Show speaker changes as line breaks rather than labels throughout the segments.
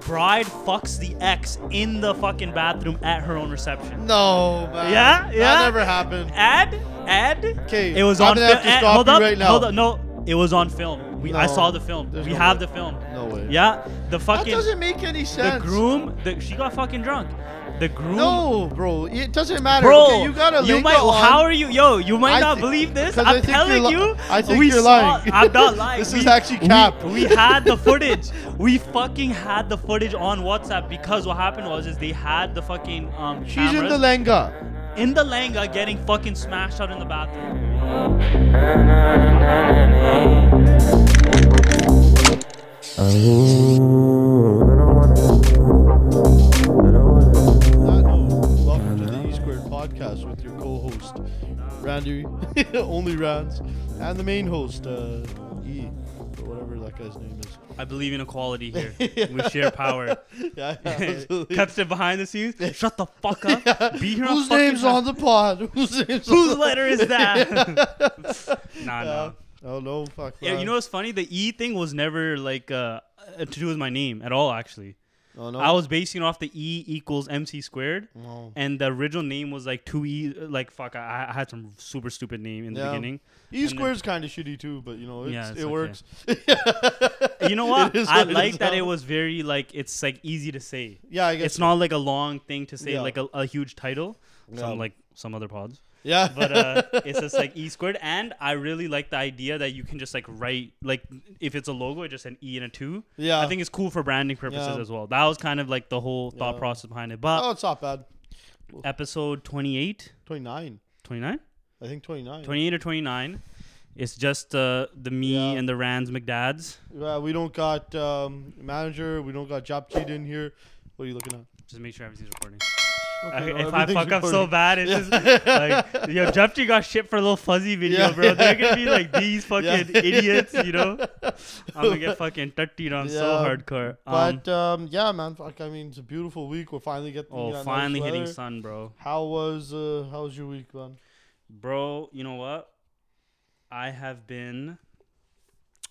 bride fucks the ex in the fucking bathroom at her own reception.
No, man.
Yeah, yeah.
That never happened.
Ad, ad.
Okay,
It was
I'm
on.
gonna
fil-
have to
ad-
stop
hold
you
up,
right now.
Hold up. No, it was on film. We, I
No,
saw the film.
there's
We
no
have
way.
the film.
No way.
Yeah, the
That
fucking
doesn't make any
the
sense.
groom. The, she got fucking drunk. The groom.
No, bro. It doesn't matter.
Bro,
okay, you gotta link
might.
it on.
How are you, yo? You might
I
not
thi-
believe this.
'cause
I'm
I think you're
telling
li-
you.
I think
we
you're
saw-
lying.
I'm not lying.
This is actually cap.
We, we had the footage. We fucking had the footage on WhatsApp because what happened was is they had the fucking um.
She's in the
cameras
lenga.
in the langa getting fucking smashed out in the bathroom.
That- oh, Welcome to the E Squared podcast with your co-host Randy, only Rands, and the main host uh, E, or whatever that guy's name is.
I believe in equality here. We share power.
Yeah, absolutely.
Kept it behind the scenes. Shut the fuck up. Be here. on
Whose
fucking
name's
time.
on the pod? Whose name's on
Whose
the-
letter is that? nah,
Yeah.
no.
Oh no, fuck.
Yeah, you
man.
know what's funny? The E thing was never like uh, uh, to do with my name at all. Actually,
Oh no.
I was basing it off the E equals MC squared,
No.
and the original name was like two E. Like fuck, I, I had some super stupid name in the
Yeah.
beginning.
E
and
squared's kind of shitty too, but you know it's,
Yeah, it's
it
okay.
works.
You know what?
It is
I
what it
like
is
that
now.
it was very like it's like easy to say.
Yeah, I guess
It's not like a long thing to say,
Yeah.
like a, a huge title.
Yeah.
Some like some other pods.
Yeah,
but uh, it's just like E squared. And I really like the idea that you can just like write like if it's a logo, it's just an E and a two.
Yeah.
I think it's cool for branding purposes
Yeah.
as well. That was kind of like the whole thought
Yeah.
process behind it. But
oh, it's not bad.
episode 28,
Twenty nine,
29,
I think twenty nine.
28 or 29. It's just uh, the me
Yeah.
and the Rands McDads.
Yeah, we don't got um, manager. We don't got job cheat in here. What are you looking at?
Just make sure everything's recording.
Okay,
I-
no,
if I
everything's
fuck up so
recorded.
bad, it's just like yo, Jeff G got shit for a little fuzzy video,
Yeah.
bro. They're gonna be like these fucking
Yeah.
idiots, you know. I'm gonna get fucking tuttied on so
Yeah,
hardcore. Um,
But um, yeah, man. Fuck, I mean, it's a beautiful week. We're finally getting.
oh,
that nice
finally hitting
weather.
sun, bro.
How was uh, how was your week, man?
Bro, you know what? I have been.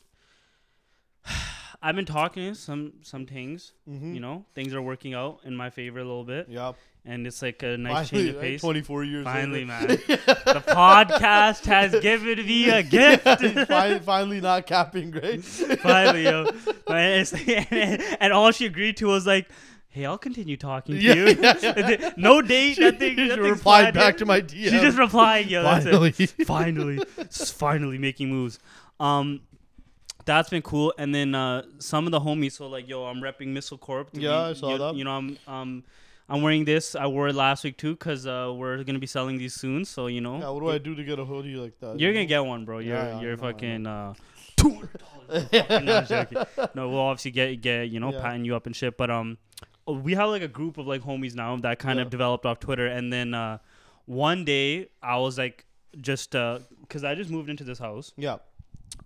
I've been talking to some some things.
Mm-hmm.
You know, things are working out in my favor a little bit,
Yeah.
and it's like a nice change of pace.
Twenty four years.
Finally, man.
later.
the podcast has given me a gift.
finally, finally not capping, right?
Finally, yo. And, it's- and all she agreed to was like, "Hey, I'll continue talking to
Yeah,
you." no date, nothing.
She
nothing's
replied
planned.
back to my DM.
She just replying, yo.
finally.
That's it. Finally, Just finally making moves. Um, that's been cool. And then uh, some of the homies, so like, yo, I'm repping Missile Corp.
Yeah, I saw
you,
that.
You know, I'm um. I'm wearing this. I wore it last week too, cause uh, we're gonna be selling these soon. So you know,
yeah, what do I do to get a hoodie like that?
you're gonna get one, bro. You're
Yeah, I
you're
know, I know.
fucking uh, two hundred dollars. no, I'm joking. No, we'll obviously get get you know
Yeah.
patting you up and shit. But um, we have like a group of like homies now that kind
Yeah.
of developed off Twitter. And then uh, one day I was like just uh, cause I just moved into this house.
Yeah.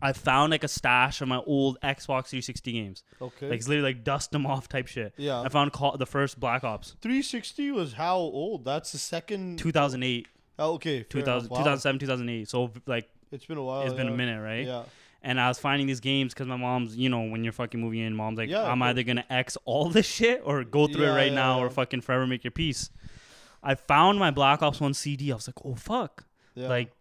I found like a stash of my old Xbox 360 games.
Okay.
Like it's literally like dust them off type shit.
Yeah.
I found call- the first Black Ops
360 was how old? That's the second.
2008,
oh, okay. fair
2000,
enough. Wow.
2007, 2008. So like
It's been a while.
it's been a
yeah.
minute, right?
Yeah.
and I was finding these games because my mom's, you know, when you're fucking moving in, mom's like,
Yeah, of
I'm either gonna X all this shit or go through
Yeah,
it right
yeah,
now
yeah.
or fucking forever make your peace. I found my Black Ops One CD. I was like, oh fuck,
Yeah.
like.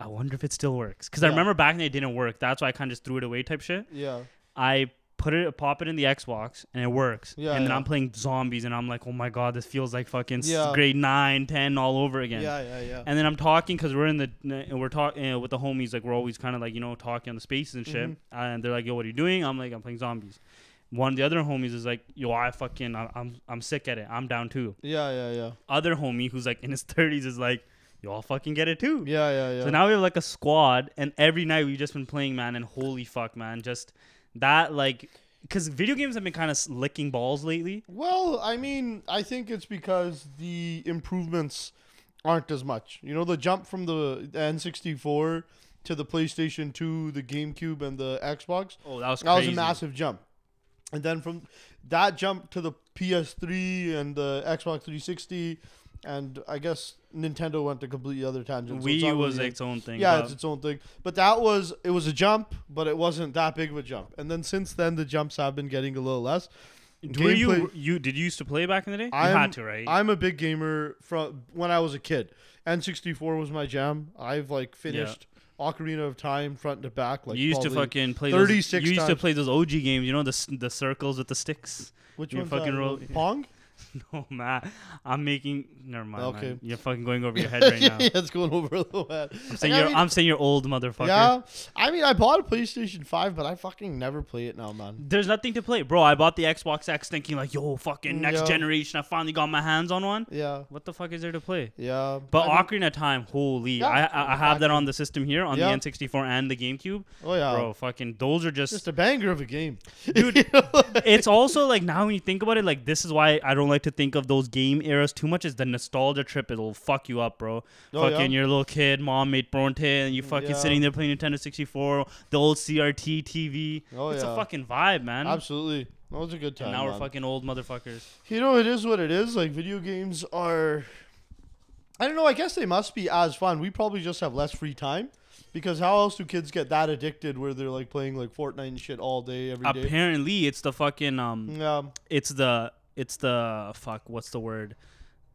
I wonder if it still works because I
Yeah.
remember back then it didn't work. That's why I kind of just threw it away, type shit.
Yeah.
I put it, pop it in the Xbox, and it works.
Yeah,
and then
yeah.
I'm playing zombies, and I'm like, oh my god, this feels like fucking s-
Yeah.
grade 9, 10 all over again.
Yeah. Yeah. Yeah.
And then I'm talking because we're in the and we're talking uh, with the homies. Like we're always kind of like you know talking on the spaces and shit.
Mhm.
And they're like, "Yo, what are you doing?" I'm like, "I'm playing zombies." One of the other homies is like, "Yo, I fucking I- I'm I'm sick at it. I'm down too."
Yeah. Yeah. Yeah.
Other homie who's like in his 30s is like, "Yo, I'll fucking get it too."
Yeah. Yeah. Yeah.
So now we have like a squad, and every night we've just been playing, man. And holy fuck, man, just that like because video games have been kind of licking balls lately.
Well, I mean, I think it's because the improvements aren't as much. You know, the jump from the N64 to the PlayStation 2, the GameCube, and the Xbox,
Oh, that was
that was
crazy.
a massive jump. And then from that jump to the PS3 and the Xbox 360, and I guess Nintendo went to completely other tangents. so it's
Wii
not
U was
really a-
its own thing.
yeah,
but-
it's its own thing. But that was it was a jump, but it wasn't that big of a jump. And then since then, the jumps have been getting a little less.
Were you
Gameplay-
you did you used to play back in the day? You
I'm,
had to, right?
I'm a big gamer from when I was a kid. N64 was my jam. I've like finished Ocarina of Time front to back. Like
you used to
probably-
fucking play
36
those, You used to
times.
play those OG games, you know the s- the circles with the sticks.
Which
you
one's
fucking
that?
roll-
Pong?
No man, I'm making. Never mind.
Okay.
man. you're fucking going over your head right now.
yeah, it's going over a little bit.
I'm saying you're. I'm saying you're old, motherfucker.
yeah, I mean, I bought a PlayStation 5, but I fucking never play it now, man.
There's nothing to play, bro. I bought the Xbox X thinking like, yo, fucking next
Yeah.
generation. I finally got my hands on one.
Yeah,
What the fuck is there to play?
yeah.
But
I mean-
Ocarina of Time, holy!
Yeah.
I, I I have that on the system here on
Yeah.
the N64 and the GameCube,
oh yeah,
bro. Fucking those are just
just a banger of a game,
Dude,
You know, like-
it's also like now when you think about it, like this is why I don't like to think of those game eras too much. Is the nostalgia trip? It'll fuck you up, bro.
Oh,
fucking
yeah? Mm,
your little kid, mom made bronte, and you fucking
Yeah.
sitting there playing Nintendo sixty four, the old CRT TV.
Oh,
it's a
yeah.
fucking vibe, man.
absolutely. That was a good time.
And now we're
man.
fucking old motherfuckers.
You know, it is what it is. Like video games are. I don't know. I guess they must be as fun. We probably just have less free time, because how else do kids get that addicted where they're like playing like Fortnite and shit all day every day?
Apparently, it's the fucking um,
Yeah,
it's the it's the fuck. What's the word?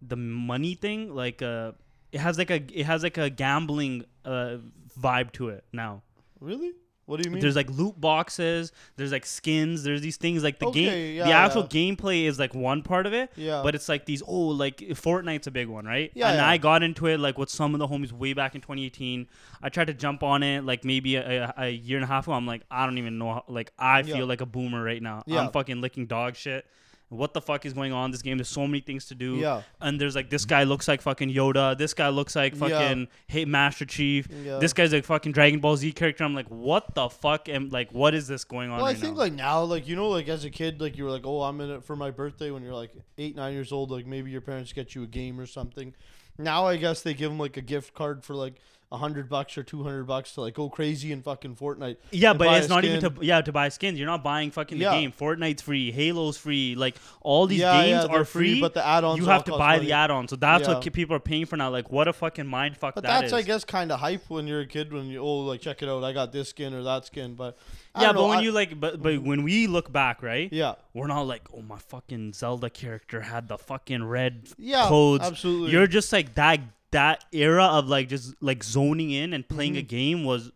The money thing, like uh, it has like a it has like a gambling uh vibe to it now.
really? What do you mean?
There's like loot boxes. There's like skins. There's these things like the
Okay,
game.
yeah,
the actual
yeah.
gameplay is like one part of it.
Yeah.
But it's like these. Oh, like Fortnite's a big one, right?
Yeah,
And
yeah.
I got into it like with some of the homies way back in 2018. I tried to jump on it like maybe a, a, a year and a half ago. I'm like, I don't even know. How, like I feel
Yeah.
like a boomer right now.
Yeah.
I'm fucking licking dog shit. What the fuck is going on in this game? There's so many things to do.
Yeah.
And there's like this guy looks like fucking Yoda. This guy looks like
Yeah.
fucking hey Master Chief.
Yeah.
This guy's like fucking Dragon Ball Z character. I'm like, what the fuck? And like, what is this going on?
Well, I
right
think
now?
like now, like you know, like as a kid, like you were like, oh, I'm in it for my birthday when you're like eight, nine years old. Like maybe your parents get you a game or something. Now I guess they give them like a gift card for like a hundred bucks or two hundred bucks to like go crazy in fucking Fortnite.
yeah,
and buy
but
a
it's not even
skin.
to yeah to buy skins. You're not buying fucking
Yeah.
the game. Fortnite's free, Halo's free. Like all these
Yeah, yeah,
games
they're
are free,
but the add-ons
you
all
have to
cost
buy
money.
the add-on. So that's
Yeah.
what ki- people are paying for now. Like, what a fucking mind fuck
But
that
that's
is.
I guess kind of hype when you're a kid when you oh like check it out, I got this skin or that skin. But I
yeah,
don't know,
but when
I- Mm-hmm.
you like, but but when we look back, right?
yeah
We're not like, oh my fucking Zelda character had the fucking red
yeah
codes.
absolutely
You're just like that that era of like just like zoning in and playing a game was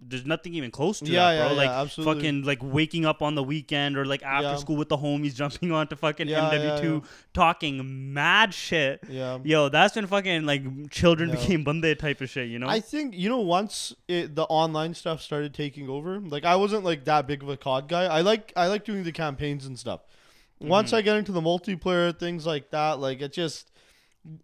there's nothing even close to
Mm-hmm. Yeah,
that, bro.
yeah,
like
yeah, absolutely.
fucking like waking up on the weekend or like after
Yeah.
school with the homies jumping onto fucking
Yeah,
MW2
yeah, yeah.
talking mad shit.
yeah.
Yo, that's when fucking like children
Yeah.
became bande type of shit, you know?
I think you know once it, the online stuff started taking over. Like I wasn't like that big of a COD guy. I like I like doing the campaigns and stuff.
Mm-hmm.
Once I get into the multiplayer things like that, like it just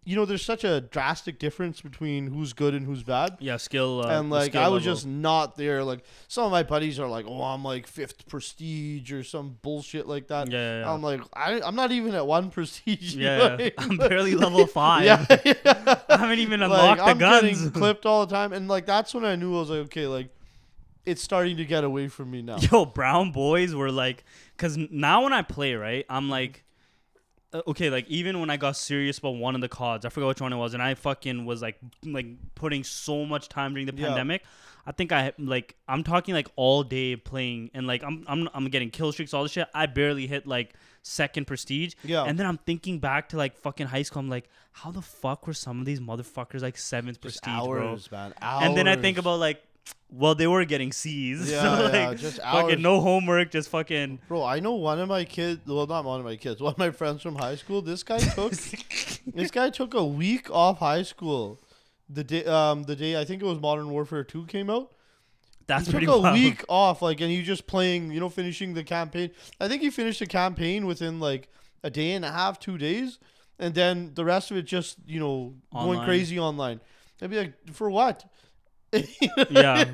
you know there's such a drastic difference between who's good and who's bad.
yeah, skill uh,
and
the
like
skill
I was
level.
just not there. Like some of my buddies are like, "Oh, I'm like fifth prestige or some bullshit like that."
Yeah, yeah, yeah.
I'm like, I, I'm not even at one prestige. you know
yeah,
what I mean?
I'm barely level five.
yeah, yeah.
I haven't even
like,
unlocked
I'm
the
getting
guns.
clipped all the time, and like that's when I knew I was like, okay, like it's starting to get away from me now.
yo brown boys were like because now when i play right
Mm-hmm.
i'm like uh, okay like even when i got serious about one of the cards i forgot which one it was and i fucking was like like putting so much time during the
Yeah.
pandemic i think i like i'm talking like all day playing and like i'm i'm, I'm getting kill streaks all this shit i barely hit like second prestige
Yeah.
and then i'm thinking back to like fucking high school i'm like how the fuck were some of these motherfuckers like seventh prestige bro
man.
and then I think
hours.
about like, well, they were getting C's,
Yeah,
so like,
yeah, just hours.
fucking no homework, just fucking.
Bro, I know one of my kids. Well, not one of my kids. One of my friends from high school. This guy took, this guy took a week off high school. The day, um, the day I think it was Modern Warfare Two came out.
That's
He
pretty
took a
wild.
week off, like, and he just playing. You know, finishing the campaign. I think he finished the campaign within like a day and a half, two days, and then the rest of it just you know
Online.
going crazy online. I'd be like, for what?
Yeah,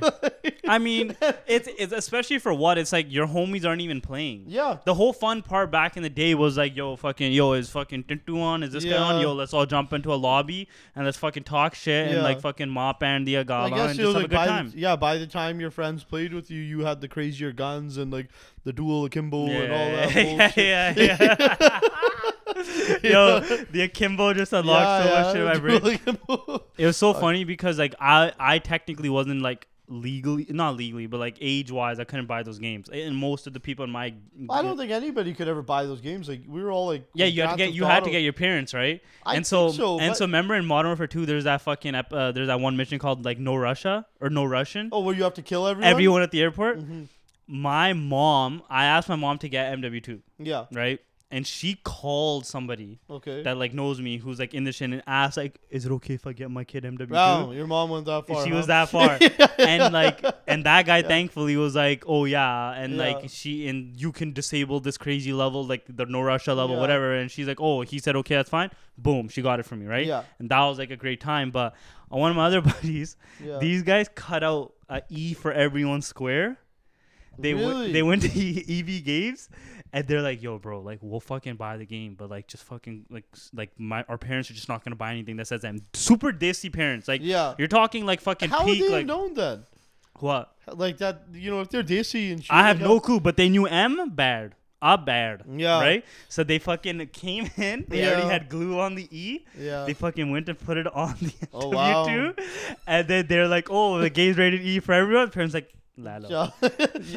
I mean, it's it's especially for what it's like. Your homies aren't even playing.
Yeah.
The whole fun part back in the day was like, yo, fucking, yo, is fucking Tintu on? Is this guy on?
Yeah.
Yo, let's all jump into a lobby and let's fucking talk shit and
Yeah.
like fucking mop and the
I
agava
guess
and
it
just
was
have a
like
good
by
time.
The, yeah, by the time your friends played with you, you had the crazier guns and like the dual akimbo and all that
yeah,
bullshit.
yeah, yeah. Yo, the akimbo just unlocked so much shit in my brain.
dual akimbo.
It was so funny because like I I technically wasn't like legally, not legally, but like age wise, I couldn't buy those games. And most of the people in my
I don't think anybody could ever buy those games. Like we were all like,
yeah, you had to
Grand
get
Theft
you had to
Auto.
get your parents right.
I
and so,
think so,
and
but-
so remember in Modern Warfare 2, there's that fucking ep- uh, there's that one mission called like No Russia or No Russian.
Oh, Mm-hmm. where you have to kill everyone.
Everyone at the airport. My mom, I asked my mom to get MW2,
Yeah.
right? And she called somebody
Okay.
that like knows me who's like in the shit and asked like, "Is it okay if I get my kid MW2?"
wow, your mom went that
If
far.
she
huh?
was that far and like and that guy thankfully was like oh yeah and
Yeah.
like she and you can disable this crazy level like the no russia level
Yeah.
whatever and she's like oh he said okay that's fine boom she got it for me right
Yeah.
and that was like a great time but on one of my other buddies
Yeah.
these guys cut out a E for everyone square they w-
Really?
they went to EV Games and they're like, "Yo, bro, like we'll fucking buy the game, but like just fucking like s- like my our parents are just not gonna buy anything that says that." Super dissy parents, like
Yeah.
you're talking like fucking
How would
peak
they
like
have known that?
what?
Like that, you know, if they're dizzy and shit.
I have
like
no
that-
clue, but they knew M bad. Ah, bad.
Yeah.
Right? So they fucking came in. They already
Yeah.
had glue on the E.
Yeah.
They fucking went and put it on the MW2.
Oh, wow.
And then they're like, oh, the game's rated E for everyone. Parents like, Lalo.
Yeah.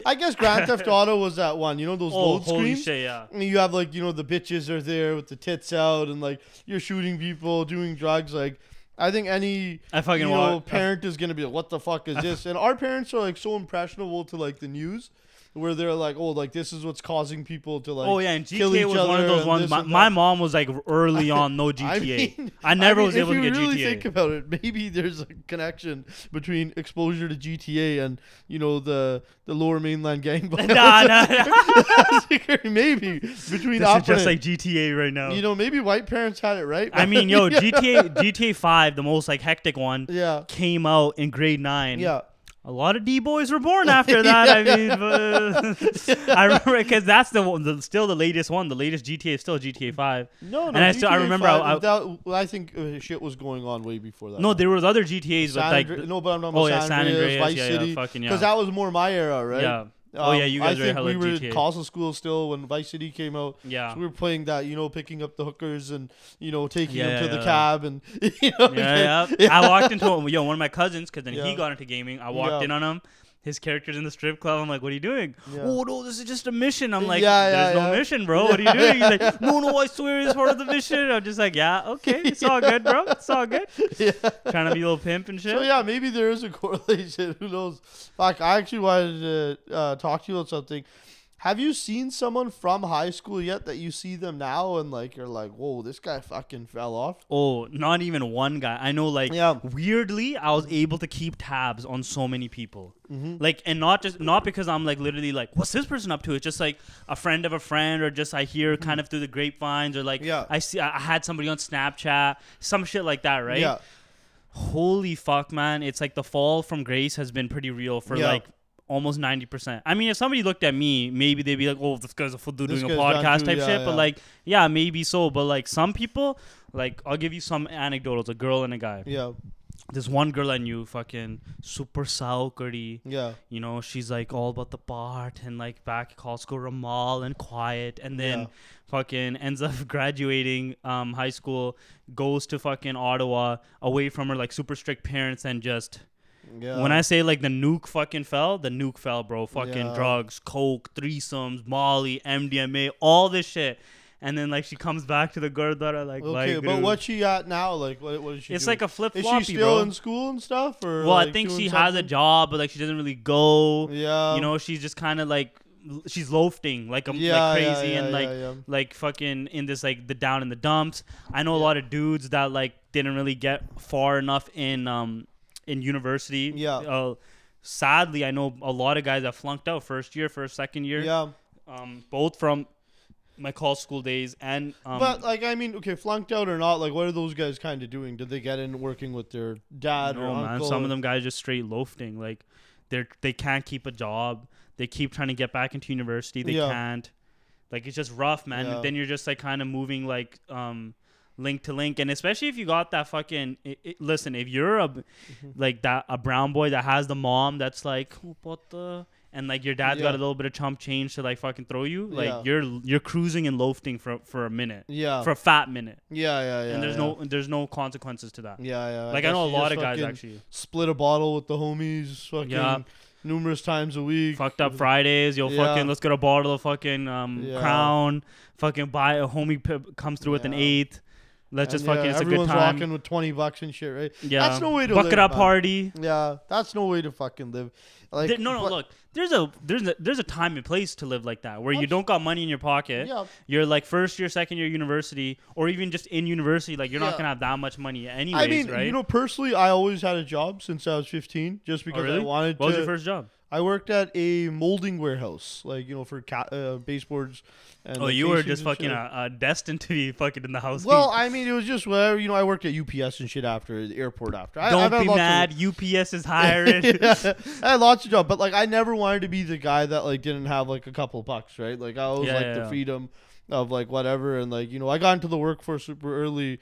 I guess Grand Theft Auto was that one. You know those
Oh,
load
holy
screens.
shit, yeah.
And you have like you know the bitches are there with the tits out and like you're shooting people, doing drugs. Like I think any
I fucking
you know,
wa-
parent is gonna be like, what the fuck is this? And our parents are like so impressionable to like the news. Where they're like, oh, like this is what's causing people to like.
Oh yeah, and
kill
GTA
each
was one
other
of those
and
ones.
this
My,
and
my
that."
mom was like early on, no
I
GTA. I,
mean-
never
mean,
was able
if
to
you
get
really
GTA.
think about it, maybe there's a connection between exposure to GTA and you know the the lower mainland gang violence.
nah, nah, nah.
maybe between
This is
operating.
just like GTA right now.
you know, maybe white parents had it right.
I mean, yo,
Yeah.
GTA GTA Five, the most like hectic one,
Yeah.
came out in grade nine.
Yeah.
a lot of D boys were born after that. I mean, but- I remember because that's the, one, the still the latest one. The latest GTA is still GTA Five.
No, no.
And I still- I
GTA
remember
five,
I- I-
without- well, I think uh, shit was going on way before that.
No, there was other GTAs, but
San
like,
Andre- no, but I'm not.
oh,
San,
yeah, San
Andreas,
Andreas,
Vice
yeah, yeah,
City,
fucking, yeah.
because that was more my era, right?
yeah. oh
Um,
yeah, you guys
I
were
think
hella
we were
GTA.
in Castle School still when Vice City came out.
yeah.
So we were playing that, you know, picking up the hookers and you know taking
Yeah,
them to
yeah,
the
yeah.
cab and you know.
yeah, yeah. I walked into yo one of my cousins because then he
Yeah.
got into gaming. I walked
Yeah.
in on him. His character's in the strip club. I'm like, what are you doing?
Yeah.
Oh no, this is just a mission. I'm like,
Yeah, yeah,
there's no
yeah.
mission, bro. What are you doing? He's like, no, no, I swear it's part of the mission. I'm just like, yeah, okay, it's all good, bro. It's all good.
yeah.
Trying to be a little pimp and shit.
So yeah, maybe there is a correlation. Who knows? Fuck, I actually wanted to uh, talk to you about something. Have you seen someone from high school yet that you see them now and like you're like, whoa, this guy fucking fell off?
Oh, not even one guy. I know, like,
Yeah.
weirdly, I was able to keep tabs on so many people.
Mm-hmm.
Like, and not just, not because I'm like literally like, what's this person up to? It's just like a friend of a friend, or just I hear kind of through the grapevines, or like,
Mm. Yeah.
I see, I I had somebody on Snapchat, some shit like that, right?
Yeah.
Holy fuck, man. It's like the fall from grace has been pretty real for
Yeah.
like almost 90%. I mean, if somebody looked at me, maybe they'd be like, oh, this guy's a fool dude
This
doing a
guy's done
podcast
too,
type
yeah,
shit. But
yeah.
like, yeah, maybe so. But like, some people, like, I'll give you some anecdotals a girl and a guy.
Yeah.
This one girl I knew, fucking super saukari.
Yeah.
You know, she's like all about the part and like back Costco Ramal and quiet and then
Yeah.
fucking ends up graduating um, high school, goes to fucking Ottawa away from her like super strict parents and just
Yeah.
when I say like the nuke fucking fell, the nuke fell, bro. Fucking
Yeah.
drugs, coke, threesomes, Molly, MDMA, all this shit. And then like she comes back to the Gurdwara like
Okay,
like,
but
dude.
what's she at now? Like, what, what is she?
it's
doing?
like a flip
Is she
floppy,
still
bro.
in school and stuff? Or
well, I
like,
think
doing
she has a
something?
job, but like she doesn't really go.
Yeah.
you know, she's just kind of like l- she's loafing like a
Yeah,
like
yeah,
crazy
yeah,
and
yeah,
like
yeah.
like fucking in this like the down in the dumps. I know a lot of dudes that like didn't really get far enough in um in university.
Yeah.
Uh, sadly, I know a lot of guys that flunked out first year, first second year.
Yeah.
Um, both from my college school days and um.
But like I mean, okay, flunked out or not, like what are those guys kind of doing? Did they get in working with their dad or
no, man.
uncle?
Some
or-
of them guys just straight loafing. Like, they're they can't keep a job. They keep trying to get back into university. They
Yeah.
can't. Like it's just rough, man.
Yeah.
And then you're just like kind of moving like um link to link, and especially if you got that fucking i i
Mm-hmm.
listen. If you're a like that a brown boy that has the mom that's like "Oh, what the and like your dad's got a
Yeah.
little bit of chump change to like fucking throw you, like
Yeah.
you're you're cruising and loafing for for a minute,
Yeah.
for a fat minute,
yeah, yeah, yeah.
and there's
yeah.
no there's no consequences to that.
Yeah, yeah.
like I
guess
know a
you
lot
just
of guys
fucking
actually
split a bottle with the homies, fucking
Yeah.
numerous times a week.
fucked up Fridays. Yo,
Yeah.
fucking let's get a bottle of fucking um
Yeah.
Crown. Fucking buy a homie p- comes through with an
Yeah.
eighth. Let's
And
just
yeah,
fucking it's a good
everyone's
time.
rocking with twenty bucks and shit, right?
yeah,
that's no way to
bucket
live,
up
man.
party.
Yeah, that's no way to fucking live. Like,
There- no, no,
but-
look. There's a there's a there's a time and place to live like that where you
Abs-
don't got money in your pocket.
Yeah,
You're like first year, second year university, or even just in university. Like you're not
Yeah.
gonna have that much money anyways,
I mean,
right? Oh,
you know, personally, I always had a job since I was fifteen, just because
really?
I wanted
what was
to.
your first job?
I worked at a molding warehouse, like you know, for ca- uh, baseboards. And
Oh,
like,
you were
casings
just
and
fucking
shit.
uh, uh, destined to be fucking in the house.
Well, I mean, it was just whatever. You know, I worked at UPS and shit after the airport after. I, I've
don't
had
be
lots of-
mad. UPS is hiring.
Yeah, I had lots of jobs, but like I never wanted to be the guy that like didn't have like a couple bucks, right? Like I always
Yeah,
like
yeah,
the
yeah.
freedom of like whatever, and like you know I got into the workforce super early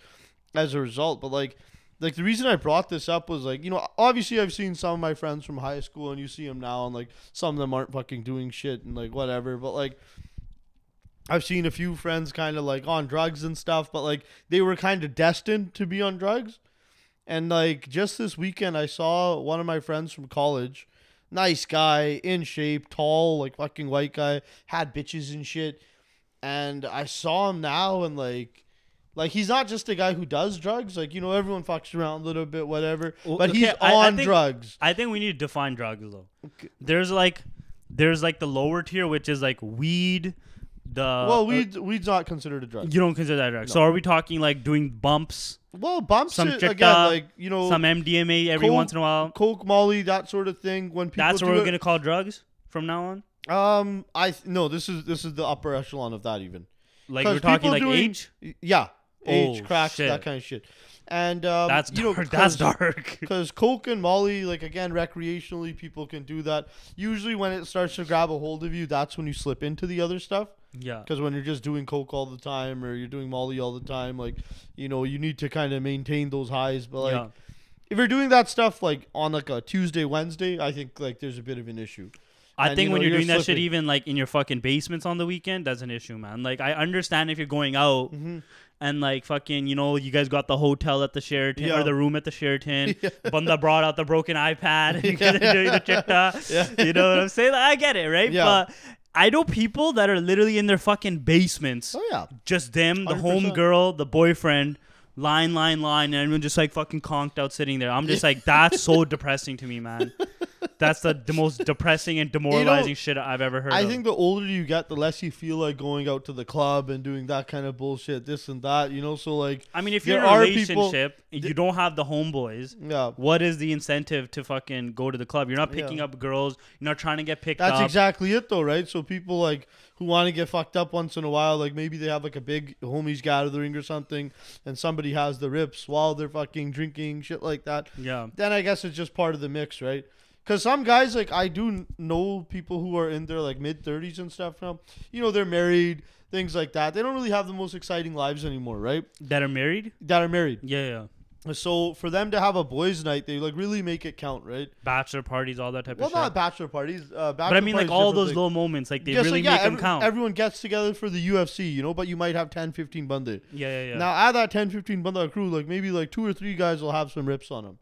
as a result. But like, like the reason I brought this up was like you know obviously I've seen some of my friends from high school, and you see them now, and like some of them aren't fucking doing shit and like whatever, but like. I've seen a few friends kind of like on drugs and stuff, but like they were kind of destined to be on drugs. And like just this weekend, I saw one of my friends from college, nice guy, in shape, tall, like fucking white guy, had bitches and shit. And I saw him now, and like, like he's not just a guy who does drugs. Like you know, everyone fucks around a little bit, whatever.
Well,
But
okay,
he's
I- I
on
think-
drugs.
I think we need to define drugs though. There's like there's like the lower tier, which is like weed. The uh,
well, weed, weed's not considered a drug.
you don't consider that drug. So are we talking like doing bumps,
Well, bumps
Some
it
chick,
again,
uh,
like you know,
some MDMA every
coke-
once in a while?
coke, Molly, that sort of thing. When people
That's
do
what we're
it,
gonna call drugs from now on.
Um, I th- no, this is this is the upper echelon of that even.
Like
'Cause
we're talking
people
like
doing-
age.
Y- Yeah, age,
Oh,
cracks,
shit.
that kind of shit. And um,
That's
you know,
dark. That's dark.
Because coke and Molly, like again, recreationally, people can do that. Usually, when it starts to grab a hold of you, that's when you slip into the other stuff.
yeah.
Because when you're just doing coke all the time or you're doing Molly all the time, like you know, you need to kind of maintain those highs. But like,
yeah.
if you're doing that stuff like on like a Tuesday, Wednesday, I think like there's a bit of an issue.
I
and,
think
you
when
know,
you're,
you're
doing that shit,
slipping.
even like in your fucking basements on the weekend, that's an issue, man. Like I understand if you're going out
Mm-hmm.
and like fucking, you know, you guys got the hotel at the Sheraton
Yeah.
or the room at the Sheraton. Banda brought out the broken iPad and they're doing the TikTok. You know what I'm saying? Like, I get it, right?
Yeah.
But I know people that are literally in their fucking basements,
Oh yeah.
just them, the
100%.
home girl, the boyfriend. Line, line, line, and everyone just like fucking conked out sitting there. I'm just like, that's so depressing to me, man. That's the, the most depressing and demoralizing shit I've ever heard.
I
of.
think the older you get, the less you feel like going out to the club and doing that kind of bullshit, this and that, you know. So like,
I mean, if
there
you're in a
are people-
relationship, you don't have the homeboys.
yeah,
What is the incentive to fucking go to the club? You're not picking
Yeah.
up girls. You're not trying to get picked
that's
up.
exactly it though, right? So people like who want to get fucked up once in a while, like maybe they have like a big homies gathering or something, and somebody has the rips while they're fucking drinking shit like that.
yeah.
Then I guess it's just part of the mix, right? Because some guys like I do kn- know people who are in their like mid thirties and stuff now. You know, they're married, things like that. They don't really have the most exciting lives anymore, right?
That are married?
That are married.
Yeah, yeah.
So for them to have a boys' night, they like really make it count, right?
Bachelor parties, all that type
Well,
of shit.
not bachelor parties. Uh, bachelor
but I mean, like
parties
all
different
those
thing.
little moments, like they
Just
really
like, yeah,
make them
every-
count.
Everyone gets together for the UFC, you know, but you might have 10, 15 bande.
yeah, yeah, yeah.
Now add that 10, 15 bande crew, like maybe like two or three guys will have some rips on them.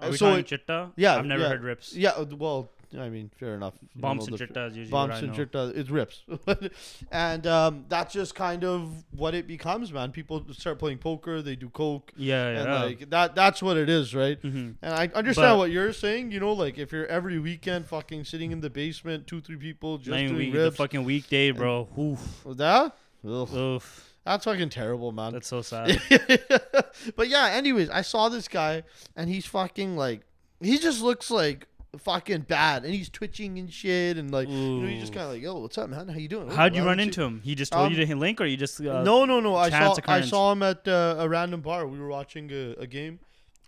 are we
so
talking
it-
chitta?
yeah,
I've never
yeah.
heard rips.
Yeah, uh, well, I mean, fair enough. You don't
Bumps
know
and
the-
chitta is usually what
Bumps
I
and
know.
chitta, it rips, and um, that's just kind of what it becomes, man. People start playing poker, they do coke,
Yeah, yeah.
and
yeah.
like that—that's what it is, right?
Mhm.
And I understand
But-
what you're saying. You know, like if you're every weekend fucking sitting in the basement, two, three people just
Not even
doing
week, the
ribs.
fucking weekday, bro. Oof.
that? Ugh.
Oof.
that's fucking terrible, man.
That's so sad.
but yeah, anyways, I saw this guy and he's fucking like, he just looks like fucking bad and he's twitching and shit and like, you know, you just
Ooh.
kind of like, yo, what's up, man? How you doing? "Oh,
How'd you
well,
run
it's-
into him? He just told
Um,
you to hit link, or you just uh,
No, no, no. I saw
chance
I
occurrence?
saw him at uh, a random bar. We were watching a, a game.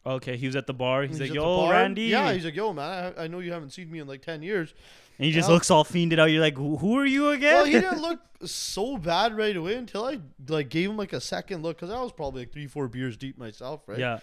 Okay, he was at the bar. He's, like,
at the
"Yo,
bar."
Randy."
Yeah, he's like, yo, man. I, I know you haven't seen me in like ten years.
and he just
Yeah.
looks all fiended out. You're like, "Who who are you again?"
Well, he didn't look so bad right away until I like gave him like a second look because I was probably like three, four beers deep myself, right?
yeah.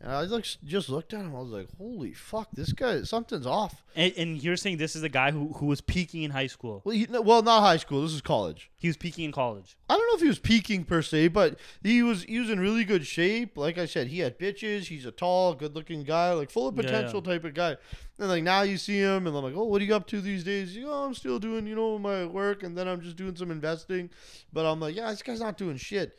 And I like s- just looked at him. I was like, "Holy fuck, this guy, something's off."
And, and you're saying this is the guy who, who was peaking in high school.
Well, he, no, well, not high school. This is college.
He was peaking in college.
I don't know if he was peaking per se, but he was he was in really good shape. Like I said, he had bitches. He's a tall, good-looking guy, like full of
Yeah, yeah.
potential type of guy. And like now you see him, and I'm like, oh, what are you up to these days? You oh, I'm still doing, you know, my work, and then I'm just doing some investing. But I'm like, yeah, this guy's not doing shit.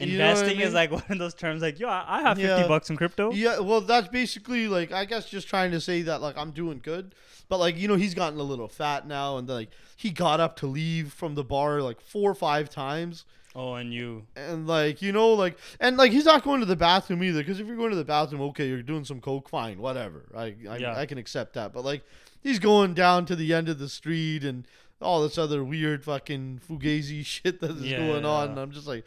You know what I
Investing
mean?
is like oh. one of those terms like, yo, I, I have 50
Yeah.
bucks in crypto.
Yeah, well, that's basically like I guess just trying to say that like I'm doing good, but like you know he's gotten a little fat now, and like he got up to leave from the bar like four or five times,
Oh, and you.
and like you know like and like he's not going to the bathroom either because if you're going to the bathroom, okay, you're doing some coke, fine, whatever, I I,
Yeah.
I can accept that, but like he's going down to the end of the street and all this other weird fucking fugazi shit that is
Yeah,
going
yeah,
on,
yeah.
and I'm just like,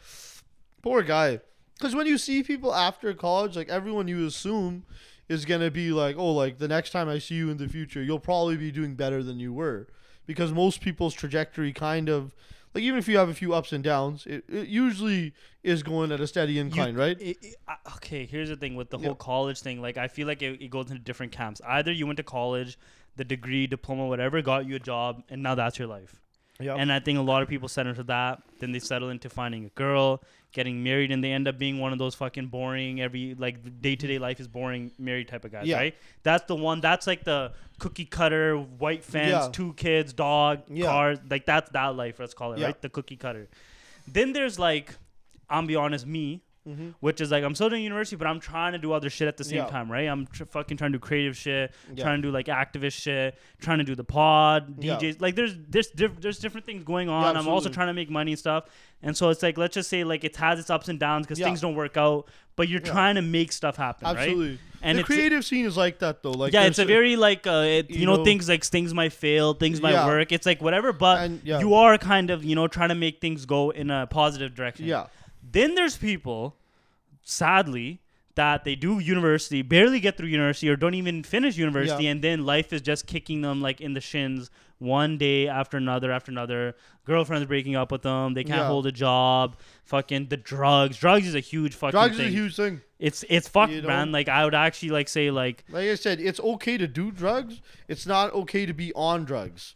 poor guy. Because when you see people after college, like everyone you assume is going to be like, oh, like the next time I see you in the future, you'll probably be doing better than you were. Because most people's trajectory kind of, like even if you have a few ups and downs, it, it usually is going at a steady incline, right?
It- it- I- okay, here's the thing with the
Yeah.
whole college thing. Like, I feel like it, it goes into different camps. Either you went to college, the degree, diploma, whatever, got you a job, and now that's your life.
Yeah.
And I think a lot of people settle into that. Then they settle into finding a girl, getting married, and they end up being one of those fucking boring, every like day to day life is boring, married type of guys,
Yeah.
right? That's the one. That's like the cookie cutter, white fence,
Yeah.
two kids, dog,
Yeah.
cars. Like that's that life. Let's call it
Yeah.
right. The cookie cutter. Then there's like, I'm be honest, me.
Mhm.
Which is like I'm still doing university, but I'm trying to do other shit at the same
Yeah.
time, right? I'm tr- fucking trying to do creative shit,
Yeah.
trying to do like activist shit, trying to do the pod,
Yeah.
DJs. Like there's there's diff- there's different things going on. I'm also
absolutely.
trying to make money and stuff. And so it's like let's just say like it has its ups and downs because
Yeah.
things don't work out, but you're
Yeah.
trying to make stuff happen, right?
Absolutely.
And
the
it's-
creative scene is like that though. Like
yeah, it's a
there's-
very like uh, it, you,
you
know,
know-
things like things might fail, things might
Yeah.
work. It's like whatever, but
And- yeah.
you are kind of you know trying to make things go in a positive direction.
yeah.
Then there's people, sadly, that they do university, barely get through university or don't even finish university,
Yeah.
and then life is just kicking them like in the shins one day after another after another. Girlfriends breaking up with them, they can't
Yeah.
hold a job, fucking the drugs. Drugs is a huge fucking
Drugs
thing.
is a huge thing.
it's it's fucked,
You
man.
know?
Like I would actually like say like
Like I said, it's okay to do drugs. It's not okay to be on drugs.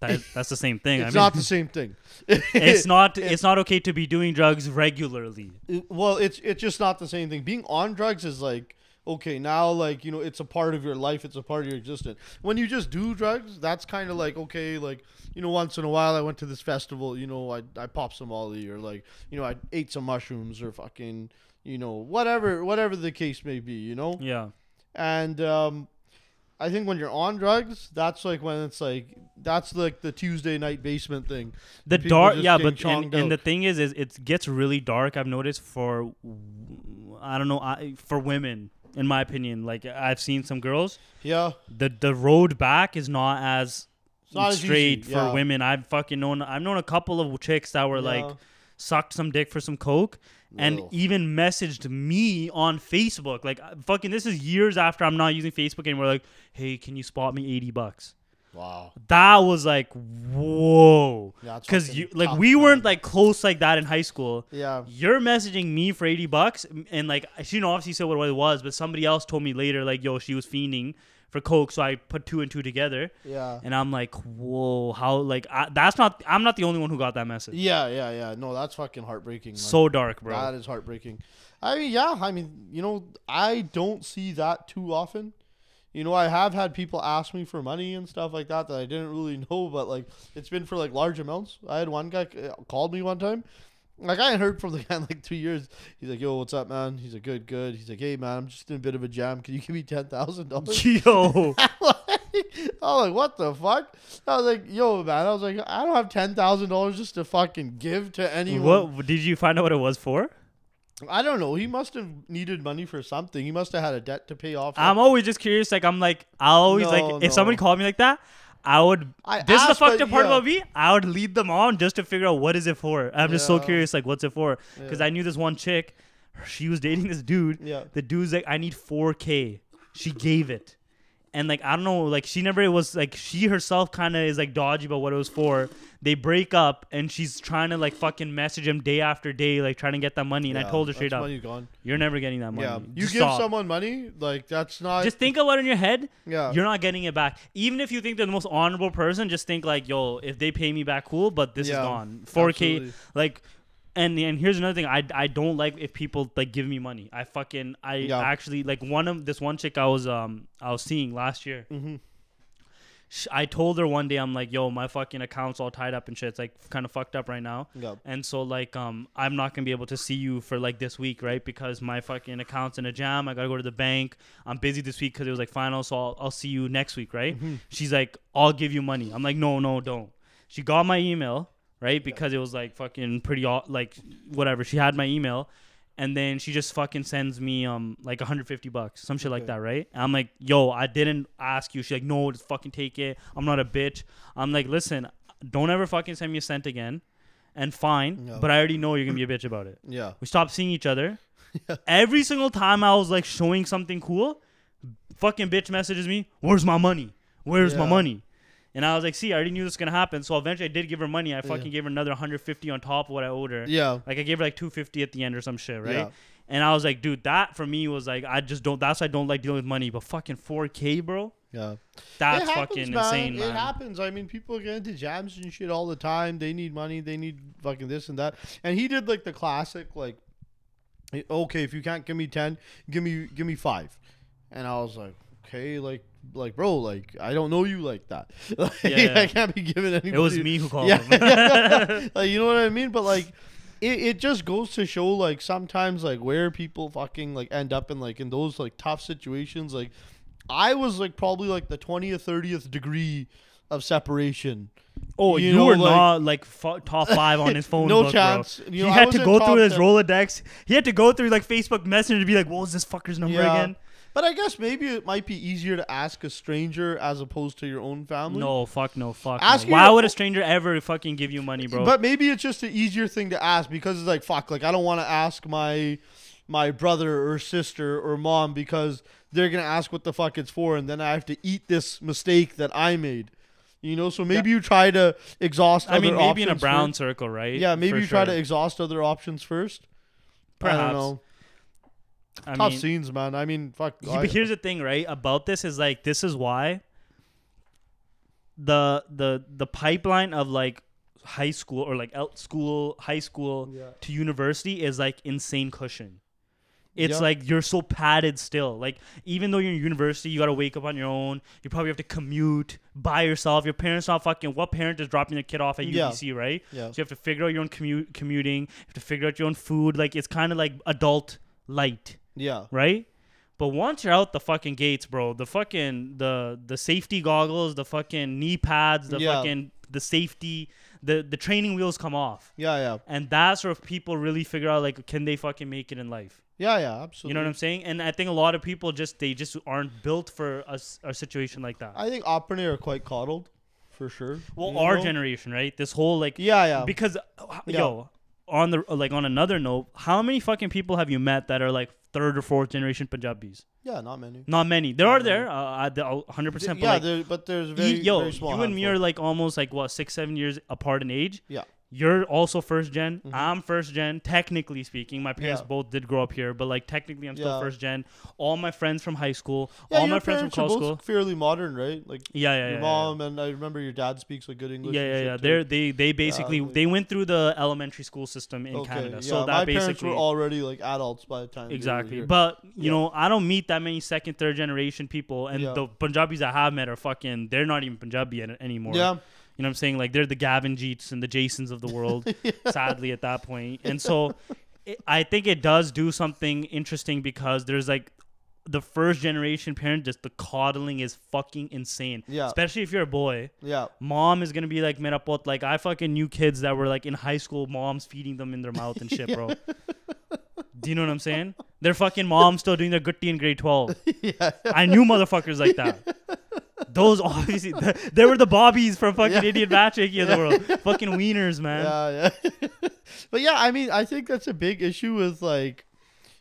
that, that's the same thing.
It's
I mean,
not the same thing.
it's not it's not okay to be doing drugs regularly.
It- well it's it's just not the same thing being on drugs is like okay now like you know it's a part of your life it's a part of your existence when you just do drugs that's kind of like okay like you know once in a while i went to this festival you know i, I popped some ollie or like you know i ate some mushrooms or fucking you know whatever whatever the case may be you know
Yeah.
and um I think when you're on drugs, that's like when it's like that's like the Tuesday night basement thing.
the
People
dark
just
yeah
getting
but and,
chonged
and the
out.
thing is is it gets really dark i've noticed for i don't know I, for women in my opinion like i've seen some girls
yeah,
the the road back is not as
It's not as
straight
easy,
for
yeah.
women i've fucking known i've known a couple of chicks that were
Yeah.
like sucked some dick for some coke and
Ugh.
even messaged me on facebook like fucking this is years after i'm not using facebook anymore like hey can you spot me 80 bucks
wow.
that was like whoa
Yeah, that's
because
fucking
you like
tough,
we
man.
weren't like close like that in high school
Yeah,
you're messaging me for 80 bucks m- and like she didn't obviously say what it was but somebody else told me later like yo she was fiending for coke so i put two and two together
yeah.
and i'm like whoa how like I, that's not i'm not the only one who got that message
Yeah, yeah, yeah. No, that's fucking heartbreaking. man.
so dark bro
that is heartbreaking. I mean, yeah. I mean, you know, I don't see that too often. You know, I have had people ask me for money and stuff like that that I didn't really know, but like it's been for like large amounts. I had one guy uh, called me one time. Like I had heard from the guy in like two years. He's like, "Yo, what's up, man?" He's like, "Good, good." He's like, "Hey, man, I'm just in a bit of a jam. Can you give me ten thousand dollars?"
yo
I was like, what the fuck? I was like, yo, man. I was like, I don't have ten thousand dollars just to fucking give to anyone.
what did you find out what it was for
I don't know. He must have needed money for something. He must have had a debt to pay off.
i'm always just curious like i'm like i always
No,
like if
no.
somebody called me like that I would.
I
this is the
asked, but
fucked up part
yeah.
about me. I would lead them on just to figure out what is it for. I'm just so
Yeah.
curious, like what's it for? Because
Yeah.
I knew this one chick. She was dating this dude.
Yeah.
The dude's like, I need 4K. She gave it, and like I don't know, like she never was like she herself kind of is like dodgy about what it was for. They break up, and she's trying to like fucking message him day after day, like trying to get that money. And I
Yeah,
told her
that's
straight up,
money gone.
"You're never getting that money.
Yeah, you
Just
give
stop.
someone money, like that's not.
Just think about it in your head.
Yeah.
You're not getting it back. Even if you think they're the most honorable person, just think like, yo, if they pay me back, cool, but this
Yeah,
is gone. 4K,
absolutely.
like, and and here's another thing. I I don't like if people like give me money. I fucking I
Yeah.
actually like one of this one chick I was um I was seeing last year.
Mhm.
Sh I told her one day I'm like, yo, my fucking account's all tied up and shit. It's like kind of fucked up right now.
Yeah.
And so like um I'm not gonna be able to see you for like this week, right? Because my fucking account's in a jam. I gotta go to the bank. I'm busy this week because it was like final, so I'll, I'll see you next week, right? She's like, I'll give you money. I'm like, no, no, don't. She got my email, right? Because it was like fucking pretty au- like whatever. She had my email. And then she just fucking sends me um like 150 bucks, some shit like that, right? And I'm like, yo, I didn't ask you. She's like, no, just fucking take it. I'm not a bitch. I'm like, listen, don't ever fucking send me a cent again and fine,
No.
but I already know you're gonna be a bitch about it.
yeah.
We stopped seeing each other. Every single time I was like showing something cool, fucking bitch messages me, "Where's my money? Where's my
Yeah.
money?" And I was like, "See, I already knew this was gonna happen." So eventually, I did give her money. I fucking gave her another 150 on top of what I owed her.
Yeah.
Like I gave her like 250 at the end or some shit, right?
Yeah.
And I was like, "Dude, that for me was like, I just don't. That's why I don't like dealing with money. But fucking 4K, bro,
Yeah.
that's
It happens,
fucking
man.
insane,
It
man.
happens. I mean, people get into jams and shit all the time. They need money. They need fucking this and that. And he did like the classic, like, okay, if you can't give me ten, give me give me five. And I was like, okay, like. Like bro, like I don't know you like that. Like,
Yeah.
I can't be giving anybody.
It was me who called
Yeah.
him.
like you know what I mean? But like it, it just goes to show like sometimes like where people fucking like end up in like in those like tough situations. Like I was like probably like the twentieth, thirtieth degree of separation.
Oh,
You
you,
know,
were
like-
not like fo- top five on his phone.
No
book,
chance.
Bro.
You
he
know, I
had
was
to
in
go
top
through his
ten.
Rolodex. He had to go through like Facebook Messenger to be like, "What was this fucker's number again?"
But I guess maybe it might be easier to ask a stranger as opposed to your own family.
No, fuck, no, fuck.
Ask
no. Why
your-
would a stranger ever fucking give you money, bro?
But maybe it's just an easier thing to ask because it's like fuck, like I don't want to ask my my brother or sister or mom because they're gonna ask what the fuck it's for, and then I have to eat this mistake that I made. You know, so maybe you try to exhaust.
I mean,
other
maybe in a
options
brown
first.
circle, right?
Yeah, maybe
For
you try
sure.
to exhaust other options first. I
Perhaps.
don't know.
I
Tough
mean,
scenes, man. I mean, fuck.
he-
I-
but here's the thing, right? About this is like this is why the the the pipeline of like high school or like el- school, high school
Yeah.
to university is like insane cushion. It's
Yeah.
like you're so padded still. Like even though you're in university, you gotta wake up on your own. You probably have to commute by yourself. Your parents not fucking. What parent is dropping their kid off at
Yeah.
UBC, right?
Yeah.
So you have to figure out your own commute, commuting. You have to figure out your own food. Like it's kind of like adult light
yeah,
right? But once you're out the fucking gates, bro, the fucking the the safety goggles, the fucking knee pads, the
Yeah.
fucking the safety, the the training wheels come off,
yeah, yeah,
and that's where people really figure out like, can they fucking make it in life?
yeah, yeah. Absolutely.
You know what I'm saying? And I think a lot of people just they just aren't built for a, s- a situation like that.
I think Oppenay are quite coddled, for sure.
well,
you
our
know?
generation, right? This whole like
Yeah, yeah.
because uh, h-
Yeah.
yo on the like on another note, how many fucking people have you met that are like third or fourth generation Punjabis?
yeah, not many.
Not many. There are there, uh, hundred percent.
Mm-hmm. yeah,
But like,
there, but there's
y-
very,
yo,
very small.
you and me
handful.
are like almost like what six, seven years apart in age.
Yeah.
You're also first general i I'm first gen, technically speaking. My parents
Mm-hmm. Yeah.
both did grow up here, but like technically, I'm still
Yeah.
first gen. All my friends from high school,
Yeah,
all
your
my friends from
parents are
college
both
school.
fairly modern, right? Like
Yeah, yeah, yeah.
your
yeah,
mom and I remember your dad speaks like good
Yeah,
English.
yeah,
and
yeah.
shit, too.
They're, they they basically
like-
they went through the elementary school system in
Okay,
Canada,
Yeah,
so
my
that
parents
basically
were already like adults by the time. they were
Exactly.
here.
But you
Yeah.
know, I don't meet that many second, third generation people, and
Yeah.
the Punjabis I have met are fucking. They're not even Punjabi an- anymore.
yeah,
You know what I'm saying? Like they're the Gavin Jeets and the Jasons of the world, sadly at that point. And so, it, I think it does do something interesting because there's like the first generation parent, just the coddling is fucking insane.
Yeah.
Especially if you're a boy.
yeah,
Mom is gonna be like made up with like I fucking knew kids that were like in high school, moms feeding them in their mouth and shit, bro. Do you know what I'm saying? Their fucking mom's still doing their gutti in grade twelve.
yeah,
I knew motherfuckers like that. Those obviously they were the bobbies from fucking idiot matchmaking of the world. Fucking wieners, man.
yeah, yeah. but yeah, I mean, I think that's a big issue with like,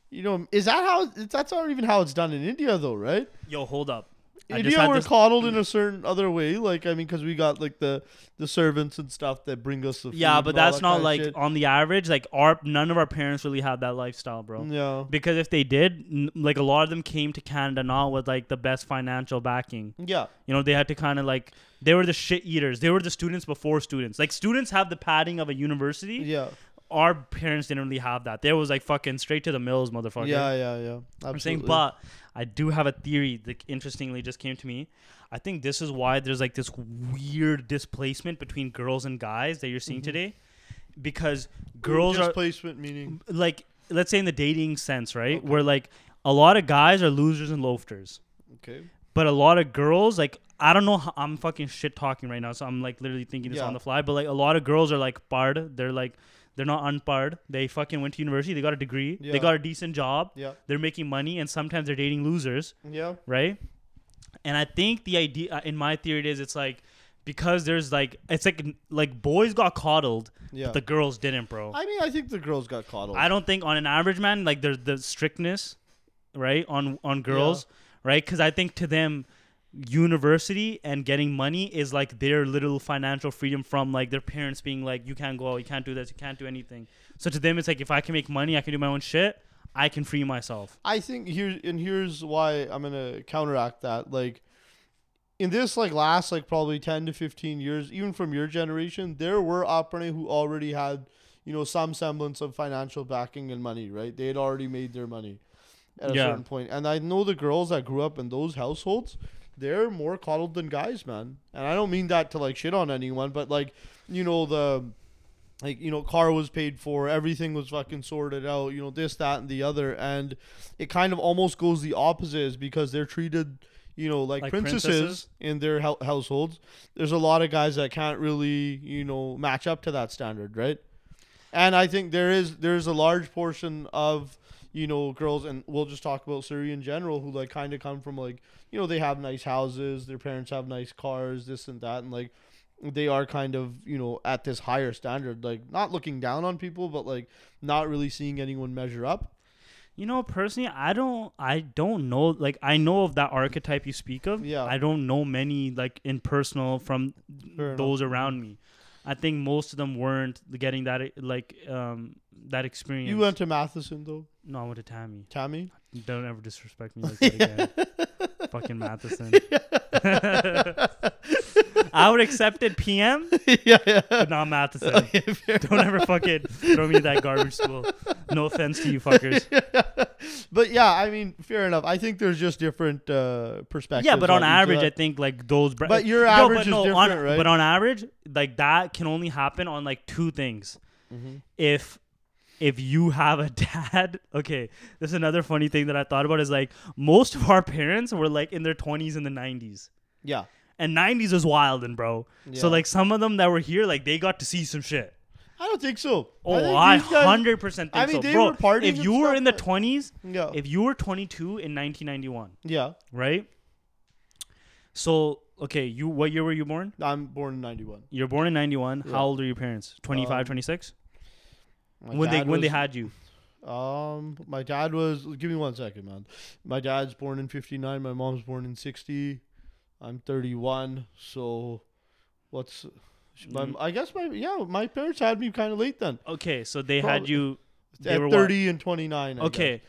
you know, is that how? That's not even how it's done in India, though, right?
Yo, hold up. I just
India
had
were
this-
coddled in a certain other way, like I mean, because we got like the the servants and stuff that bring us the food
Yeah, but
and all
that's
that
not
kinda
like
shit.
on the average. Like our none of our parents really had that lifestyle, bro.
yeah,
Because if they did, n- like a lot of them came to Canada not with like the best financial backing.
yeah,
You know, they had to kind of like they were the shit eaters. They were the students before students. Like students have the padding of a university.
yeah,
Our parents didn't really have that. There was like fucking straight to the mills, motherfucker.
yeah, yeah, yeah.
I'm saying,
absolutely.
but I do have a theory that interestingly just came to me. I think this is why there's like this weird displacement between girls and guys that you're
Mm-hmm.
seeing today, because girls are
displacement meaning
like, let's say in the dating sense, right?
Okay.
Where like a lot of guys are losers and loafers,
okay,
but a lot of girls like I don't know. How, I'm fucking shit talking right now, so I'm like literally thinking this
Yeah.
on the fly. But like a lot of girls are like pard. They're like they're not unpard. They fucking went to university. They got a degree.
Yeah.
They got a decent job
yeah,
they're making money and sometimes they're dating losers
yeah,
right and i think the idea uh, in my theory it is it's like because there's like it's like like boys got coddled
yeah.
but the girls didn't bro I,
I mean, I think the girls got coddled.
don't think on an average man like there's the strictness right on on girls right because i think to them university and getting money is like their little financial freedom from like their parents being like you can't go out you can't do this you can't do anything so to them it's like if i can make money i can do my own shit i can free myself
I think here and here's why I'm gonna counteract that. Like in this like last like probably ten to fifteen years, even from your generation, there were operators who already had, you know, some semblance of financial backing and money, right? They had already made their money at a
Yeah.
certain point. And I know the girls that grew up in those households, they're more coddled than guys, man. And I don't mean that to like shit on anyone, but like, you know, the like you know car was paid for everything was fucking sorted out you know this that and the other and it kind of almost goes the opposite is because they're treated you know like,
Like
princesses,
princesses?
in their hou- households there's a lot of guys that can't really you know match up to that standard right and i think there is there's a large portion of you know girls and we'll just talk about surrey in general who like kind of come from like you know they have nice houses their parents have nice cars this and that and like they are kind of you know at this higher standard like not looking down on people but like not really seeing anyone measure up
You know, personally, I don't, I don't know. Like, I know of that archetype you speak of.
Yeah.
I don't know many like in personal from
Fair enough.
those around me. I think most of them weren't getting that like um that experience.
you went to matheson though
no, I went to Tammy.
tammy
Don't ever disrespect me like that again. Fucking Matheson. I would accept it PM,
yeah yeah
but not Matheson. Don't ever fucking throw me in that garbage school. No offense to you fuckers.
but yeah i mean fair enough i think there's just different uh perspectives
Yeah, but on
each of
average,
that.
I think like those. Bra-
But your
No,
average is
on,
different, right?
But on average, like that can only happen on like two things.
Mhm.
If if you have a dad, okay, this is another funny thing that I thought about is like most of our parents were like in their twenties in the nineties,
yeah
and nineties is wild and bro. So
Yeah.
like some of them that were here, like they got to see some shit.
i don't think so
Oh,
think
I
these guys-
hundred percent think
I mean,
so,
they
bro.
were partying
if
and
you were
stuff,
in the
but- Oh.
twenties,
yeah
if you were twenty two in nineteen ninety one,
yeah
right? So okay, you what year were you born?
i'm born in 91
You're born in 91.
Yeah.
How old are your parents? 25,
Um,
26?
My
When they
dad
when they
was-
had you.
Um, my dad was. Give me one second, man. My dad's born in '59. My mom's born in '60. I'm 31. So, what's? My,
Mm.
I guess my yeah. My parents had me kind of late then.
Okay, so they had
Probably-
you they
At
were
30 and 29. I
What? Okay.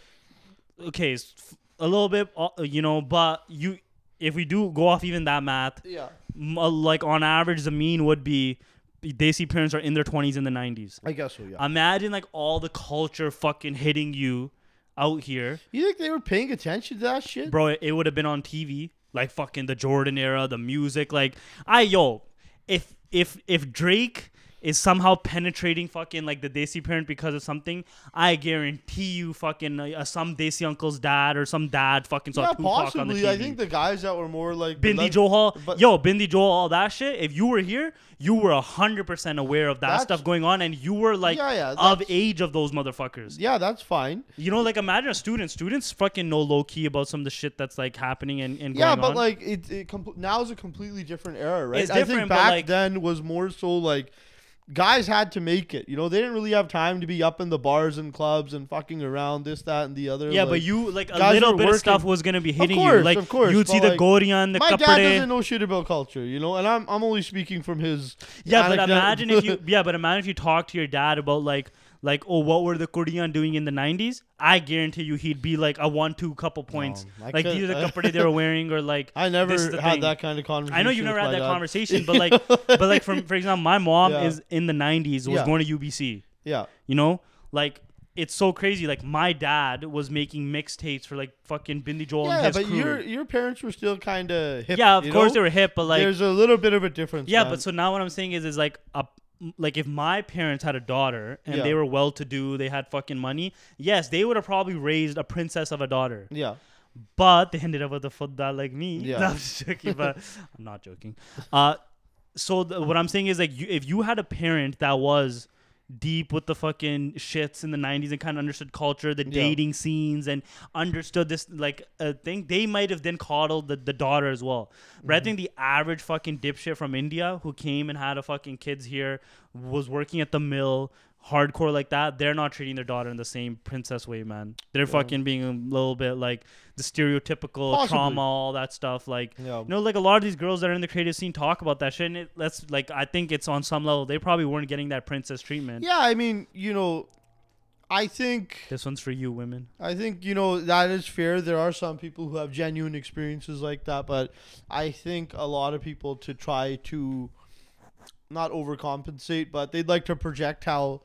Okay, s- f- a little bit uh, you know, but you if we do go off even that math,
guess. Yeah.
m- uh, like on average the mean would be they see parents are in their 20s in the 90s.
I guess so. Yeah.
Imagine like all the culture fucking hitting you out here.
you think they were paying attention to that shit?
bro it would have been on tv like fucking the jordan era the music like i yo if if if drake is somehow penetrating fucking like the desi parent because of something i guarantee you fucking uh, some desi uncle's dad or some dad fucking saw
yeah,
Tupac
possibly.
on the tv
I think the guys that were more like the
Bindi
leg-
Johal,
but-
yo, Bindi Johal, all that shit. If you were here, you were hundred percent aware of that
That's-
stuff going on, and you were like
Yeah, yeah,
of
that's-
age of those motherfuckers.
Yeah, that's fine.
You know, like imagine a student. Students fucking know low key about some of the shit that's like happening and, and
Yeah,
going
but
on.
like it, it compl- now is a completely different era, right?
It's
I think
different, but,
back
like-
then was more so like guys had to make it. You know, they didn't really have time to be up in the bars and clubs and fucking around this, that, and the other.
Yeah,
like-
but you like a
guys
little
were
bit of stuff
working.
was gonna be hitting you.
course,
Like
of course,
you'd see
but,
the
like,
Gorian, the
my dad
Kapare.
doesn't know shit about culture, you know, and I'm I'm only speaking from his.
Yeah, but
anecdote-
imagine if you yeah, but imagine if you talk to your dad about like like oh what were the Korean doing in the nineties? I guarantee you he'd be like I want two couple points.
I
like
could-
these are the
I-
kapare they were wearing or like
I never
this is
had
the thing.
that kind of conversation.
I know you've never
with
had
my
that
dad.
conversation, but like but like from for example, my mom
Yeah.
is in the nineties was
Yeah.
going to UBC.
Yeah,
You know? Like it's so crazy. Like my dad was making mixtapes for like fucking Bindi Joel and
yeah,
his
but
crew.
your your parents were still kind of hip.
yeah, of
you
course
know?
they were hip, but like
There's a little bit of a difference.
Yeah,
man.
but so now what I'm saying is, is like a like if my parents had a daughter and
Yeah.
they were well to do, they had fucking money. Yes, they would have probably raised a princess of a daughter,
yeah,
but they ended up with a fudda like me.
Yeah.
No, I'm just joking, but I'm not joking. Uh, so th- what I'm saying is like you, if you had a parent that was deep with the fucking shits in the 90s and kind of understood culture the
Yeah.
dating scenes and understood this like uh, thing they might have then coddled the, the daughter as well but i think the average fucking dipshit from india who came and had a fucking kids here was working at the mill hardcore like that they're not treating their daughter in the same princess way man they're fucking being a little bit like the stereotypical
Possibly.
trauma all that stuff like
yeah.
you know, like a lot of these girls that are in the creative scene talk about that shit, and it, that's like I think it's on some level they probably weren't getting that princess treatment.
Yeah, I mean, you know, I think
This one's for you, women.
I think you know that is fair. There are some people who have genuine experiences like that, but I think a lot of people to try to not overcompensate, but they'd like to project how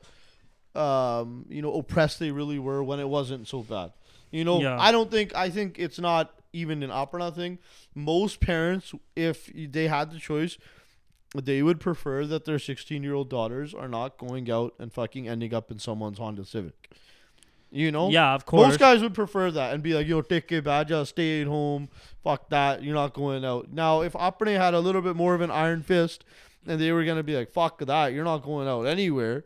um, you know oppressed they really were when it wasn't so bad. You know,
Yeah.
I don't think I think it's not even an opera thing. Most parents, if they had the choice, they would prefer that their 16 year old daughters are not going out and fucking ending up in someone's Honda Civic. You know?
Yeah, of course.
Most guys would prefer that and be like, yo, take it back, just stay at home. Fuck that. You're not going out. Now, if Opne had a little bit more of an iron fist and they were going to be like, fuck that, you're not going out anywhere,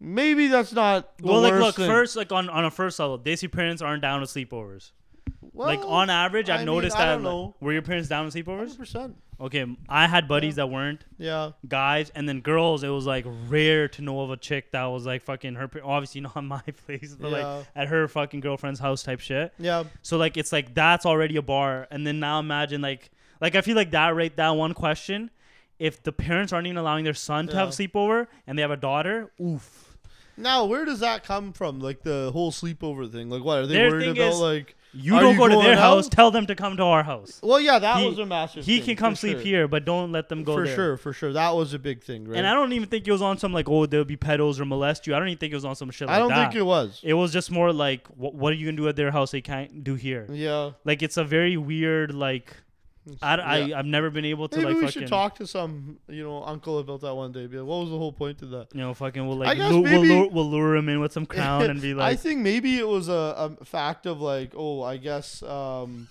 maybe that's not the
well, like,
worst
look,
thing.
first, like on on a first level, Desi parents aren't down with sleepovers.
Well,
like on average, I've
I mean,
noticed
I
that.
don't
like-
know.
were your parents down with sleepovers?
100%.
Okay, m- I had buddies that weren't
Yeah.
guys, and then girls. It was like rare to know of a chick that was like fucking her. pa- Obviously not my place, but
Yeah.
like at her fucking girlfriend's house type shit.
Yeah.
So like it's like that's already a bar, and then now imagine like like I feel like that right that one question, if the parents aren't even allowing their son to have
Yeah.
sleepover and they have a daughter, oof.
Now, where does that come from? Like the whole sleepover thing. Like, what are they
Their
worried
thing
about?
is-
like,
You
Are
don't
you
go to
going
their
out?
house. Tell them to come to our house.
well, yeah, that
He-
was a massive.
He
thing,
can come
for
sleep
sure.
here, but don't let them go
for
there.
sure, for sure. That was a big thing, right?
And I don't even think it was on some like oh there'll be pedos or molest you. I don't even think it was on some shit like
I don't
that.
think it was.
it was just more like what, what are you gonna do at their house? They can't do here.
Yeah.
Like it's a very weird like. I,
Yeah.
I I've never been able to
Maybe
like
we
fucking
should talk to some, you know, uncle about that one day. Be like, what was the whole point of that?
you know, fucking we'll
I
like
guess
lu- we'll,
maybe-
lure, we'll lure him in with some crown and be
I
like,
think maybe it was a, a fact of like, oh, I guess, um,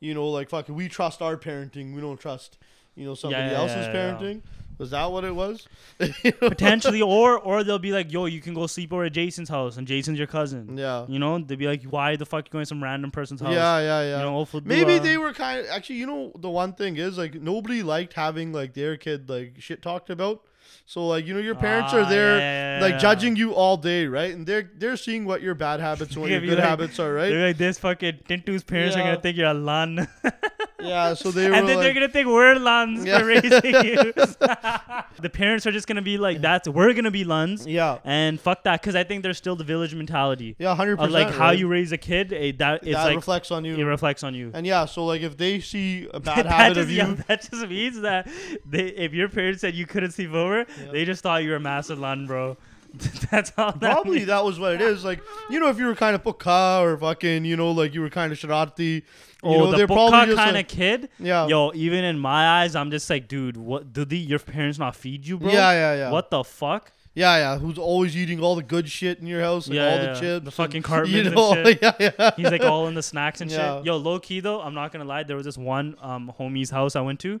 you know, like fucking, we trust our parenting. We don't trust, you know, somebody
yeah,
else's
yeah, yeah.
parenting. Was that what it was?
potentially, or or they'll be like, yo, you can go sleep over at Jason's house, and Jason's your cousin.
Yeah.
You know, they'd be like, why the fuck you going to some random person's
Yeah,
house?
yeah,
You
yeah.
know, hopefully,
Maybe
uh,
they were kind of actually. You know, the one thing is like nobody liked having like their kid like shit talked about. So like you know your parents
Ah,
are there
yeah, yeah,
like
yeah.
judging you all day, right? And they're they're seeing what your bad habits and what your
Give you,
good
like-
habits are, right?
They're like, this fucking Tintu's parents are
Yeah.
gonna think you're a lan, and
Yeah. So they
then
were
they're
like,
gonna think we're lans
Yeah.
for raising you. the parents are just gonna be like, that's we're gonna be lans,
yeah,
and fuck that, because I think there's still the village mentality
yeah, hundred
of
percent.
like how you raise a kid. eh, that it's
that
like
reflects on you.
it reflects on you.
and yeah, so like if they see a bad
that
habit
just,
of
yeah,
you,
that just means that they, if your parents said you couldn't sleep over, they just thought you were a massive lun, bro. That's all. That
probably
means.
that was what it is. Like you know, if you were kind of pukka or fucking, you know, like you were kind of sharati, you
Oh,
know,
the
they're probably
Bukka
just
kind of
like,
kid.
yeah,
Yo, even in my eyes, I'm just like, dude, what? Do the your parents not feed you, bro?
yeah, yeah, yeah.
What the fuck?
Yeah, yeah. Who's always eating all the good shit in your house, like
Yeah,
all
yeah,
the
yeah.
chips,
The
and,
fucking Cartmans and shit.
yeah, yeah.
He's like all in the snacks and
Yeah.
shit. Yo, low key though, I'm not gonna lie. There was this one um homie's house I went to.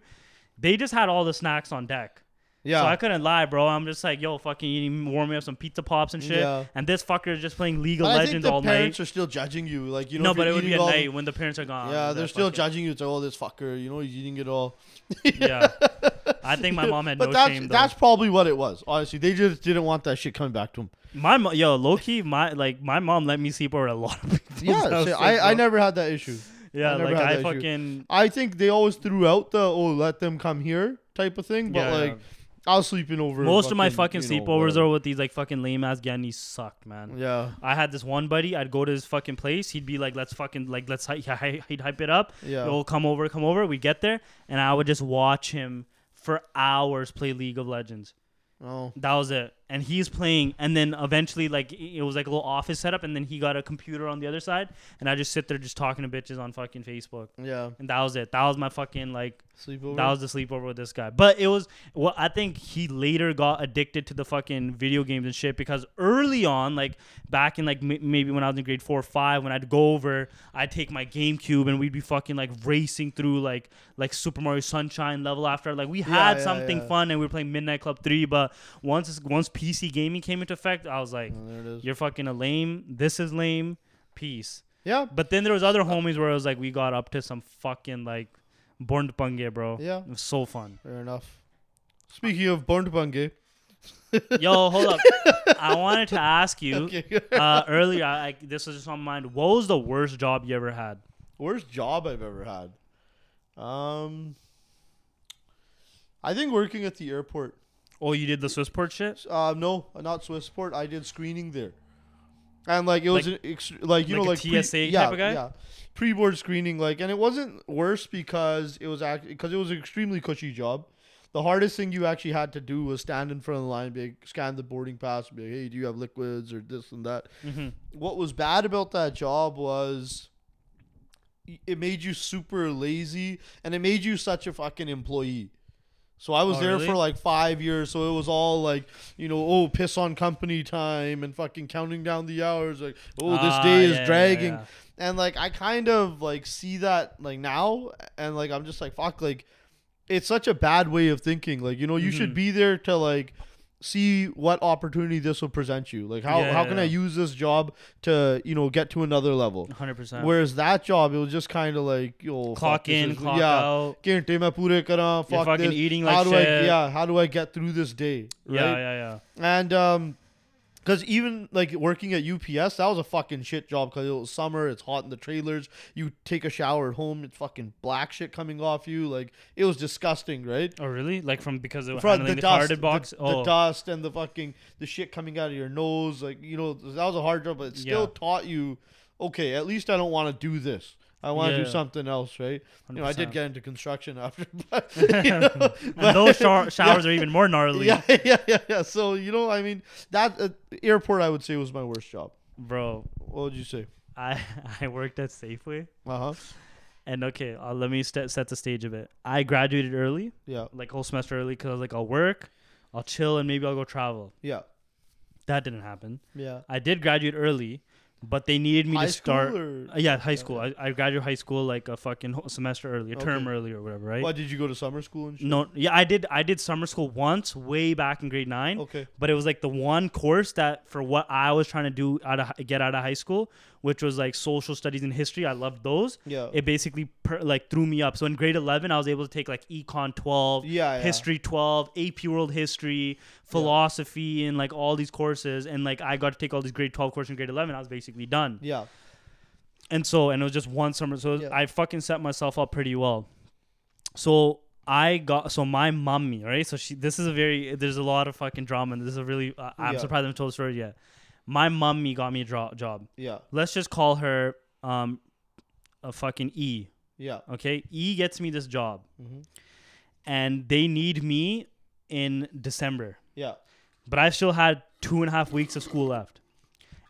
They just had all the snacks on deck.
yeah,
So I couldn't lie, bro. I'm just like, yo, fucking eating, warming up some pizza pops and shit.
Yeah.
And this fucker is just playing League of
But I think
Legends
the
all night.
parents are still judging you, like you know.
no,
if
but
you're
it would be
eating
at
all-
night when the parents are gone.
Yeah,
They're
they're still
fucking-
judging you. It's like, oh, this fucker, you know, he's eating it all.
Yeah, I think my mom had
But
no
that's
shame. Though.
that's probably what it was. Honestly, they just didn't want that shit coming back to them.
my mo- yo low key my like my mom let me sleep over a lot of things.
Yeah,
I was
shit,
like,
I, I
yo.
never had that issue.
Yeah,
never
like
had
I
that issue.
fucking
I think they always threw out the oh let them come here type of thing, but
Yeah,
like I was sleeping over.
most of my fucking
you know,
sleepovers
whatever.
are with these like fucking lame ass Ghanis sucked, man.
Yeah,
I had this one buddy. I'd go to his fucking place. He'd be like, "Let's fucking like let's hy- hy- he'd hype it up.
Yeah.
Yo, come over, come over." We get there, and I would just watch him for hours play League of Legends.
oh
That was it. And he's playing, and then eventually, like it was like a little office setup, and then he got a computer on the other side, and I just sit there just talking to bitches on fucking Facebook,
yeah,
and that was it. That was my fucking like
sleepover.
that was the sleepover with this guy. But it was well, I think he later got addicted to the fucking video games and shit because early on, like back in like m- maybe when I was in grade four or five, when I'd go over, I'd take my GameCube and we'd be fucking like racing through like like Super Mario Sunshine level after like we had
yeah,
something
yeah.
fun and we were playing Midnight Club three. But once this- once PC gaming came into effect, I was like,
Oh, there it is.
you're fucking a lame. This is lame. Peace.
Yeah,
But then there was other homies where it was like we got up to some fucking like born to punge, bro.
Yeah.
It was so fun.
fair enough. Speaking of burnt bungay,
Yo, hold up. I wanted to ask you
okay.
uh, earlier. I, I, this was just on my mind. What was the worst job you ever had?
worst job I've ever had. Um, I think working at the airport.
Oh, you did the Swissport shit.
Uh, no, not Swissport. I did screening there, and like it was an ext- like you
like
know
a
like
TSA type of guy?
yeah, pre-board screening like, and it wasn't worse because it was because it was an extremely cushy job. The hardest thing you actually had to do was stand in front of the line, be like, scan the boarding pass, be like, hey, do you have liquids or this and that. What was bad about that job was y- it made you super lazy and it made you such a fucking employee. So I was
Oh,
there
really?
for like five years, so it was all like, you know, oh, piss on company time and fucking counting down the hours, like, oh, this
Ah,
day
yeah,
is
yeah,
dragging.
yeah.
And like I kind of like see that like now and like I'm just like fuck like it's such a bad way of thinking. Like, you know, you
Mm-hmm.
should be there to like see what opportunity this will present you. Like how,
Yeah,
how
yeah,
can
yeah.
I use this job to, you know, get to another level?
Hundred percent.
Whereas that job, it was just kind of like yo fuck,
Clock
this
in,
is-
clock
yeah.
out.
Guarantee my pure kara,
You're
fuck
fucking
this.
eating
how
like
do I
shit.
yeah? How do I get through this day? Right?
Yeah, yeah, yeah.
And um, because even like working at UPS, that was a fucking shit job because it was summer, it's hot in the trailers. You take a shower at home, it's fucking black shit coming off you. Like it was disgusting, right?
Oh, really? Like from because of
From
handling the, carded box.
the,
oh,
the dust and the fucking the shit coming out of your nose, like you know that was a hard job, but it still
Yeah.
taught you. Okay, at least I don't want to do this. I want to
Yeah.
do something else, right? You know, I
100%.
did get into construction after, but, you know, but-
and those shower showers are even more gnarly,
yeah, yeah, yeah, yeah. So you know, I mean, that uh, airport I would say was my worst job.
bro.
What would you say?
I I worked at Safeway,
Uh huh.
and okay, uh, let me st- set the stage a bit. I graduated early,
Yeah,
like whole semester early, because I was like, I'll work, I'll chill, and maybe I'll go travel.
yeah,
That didn't happen.
yeah.
I did graduate early, but they needed me
High
to
school
start.
or-
Uh, yeah, high school. I, I graduated high school like a fucking whole semester early, a term
Okay.
early or whatever, right?
Why did you go to summer school and shit?
No, yeah, I did. I did summer school once, way back in grade nine.
Okay.
But it was like the one course that for what I was trying to do out of hi- get out of high school, which was like social studies and history. I loved those.
Yeah.
It basically per, like threw me up. So in grade eleven, I was able to take like econ twelve,
Yeah, yeah.
history twelve, AP World History, philosophy, and like all these courses. And like I got to take all these grade twelve courses in grade eleven. I was basically done.
yeah,
And so, and it was just one summer. So
Yeah.
I fucking set myself up pretty well. So I got, so my mommy, right? So she, this is a very, there's a lot of fucking drama. And this is a really, uh, I'm
Yeah.
surprised I haven't told the story yet. My mommy got me a dro- job.
yeah,
Let's just call her um, a fucking E,
yeah.
okay? E gets me this job.
Mhm.
And they need me in December.
Yeah.
But I still had two and a half weeks of school left.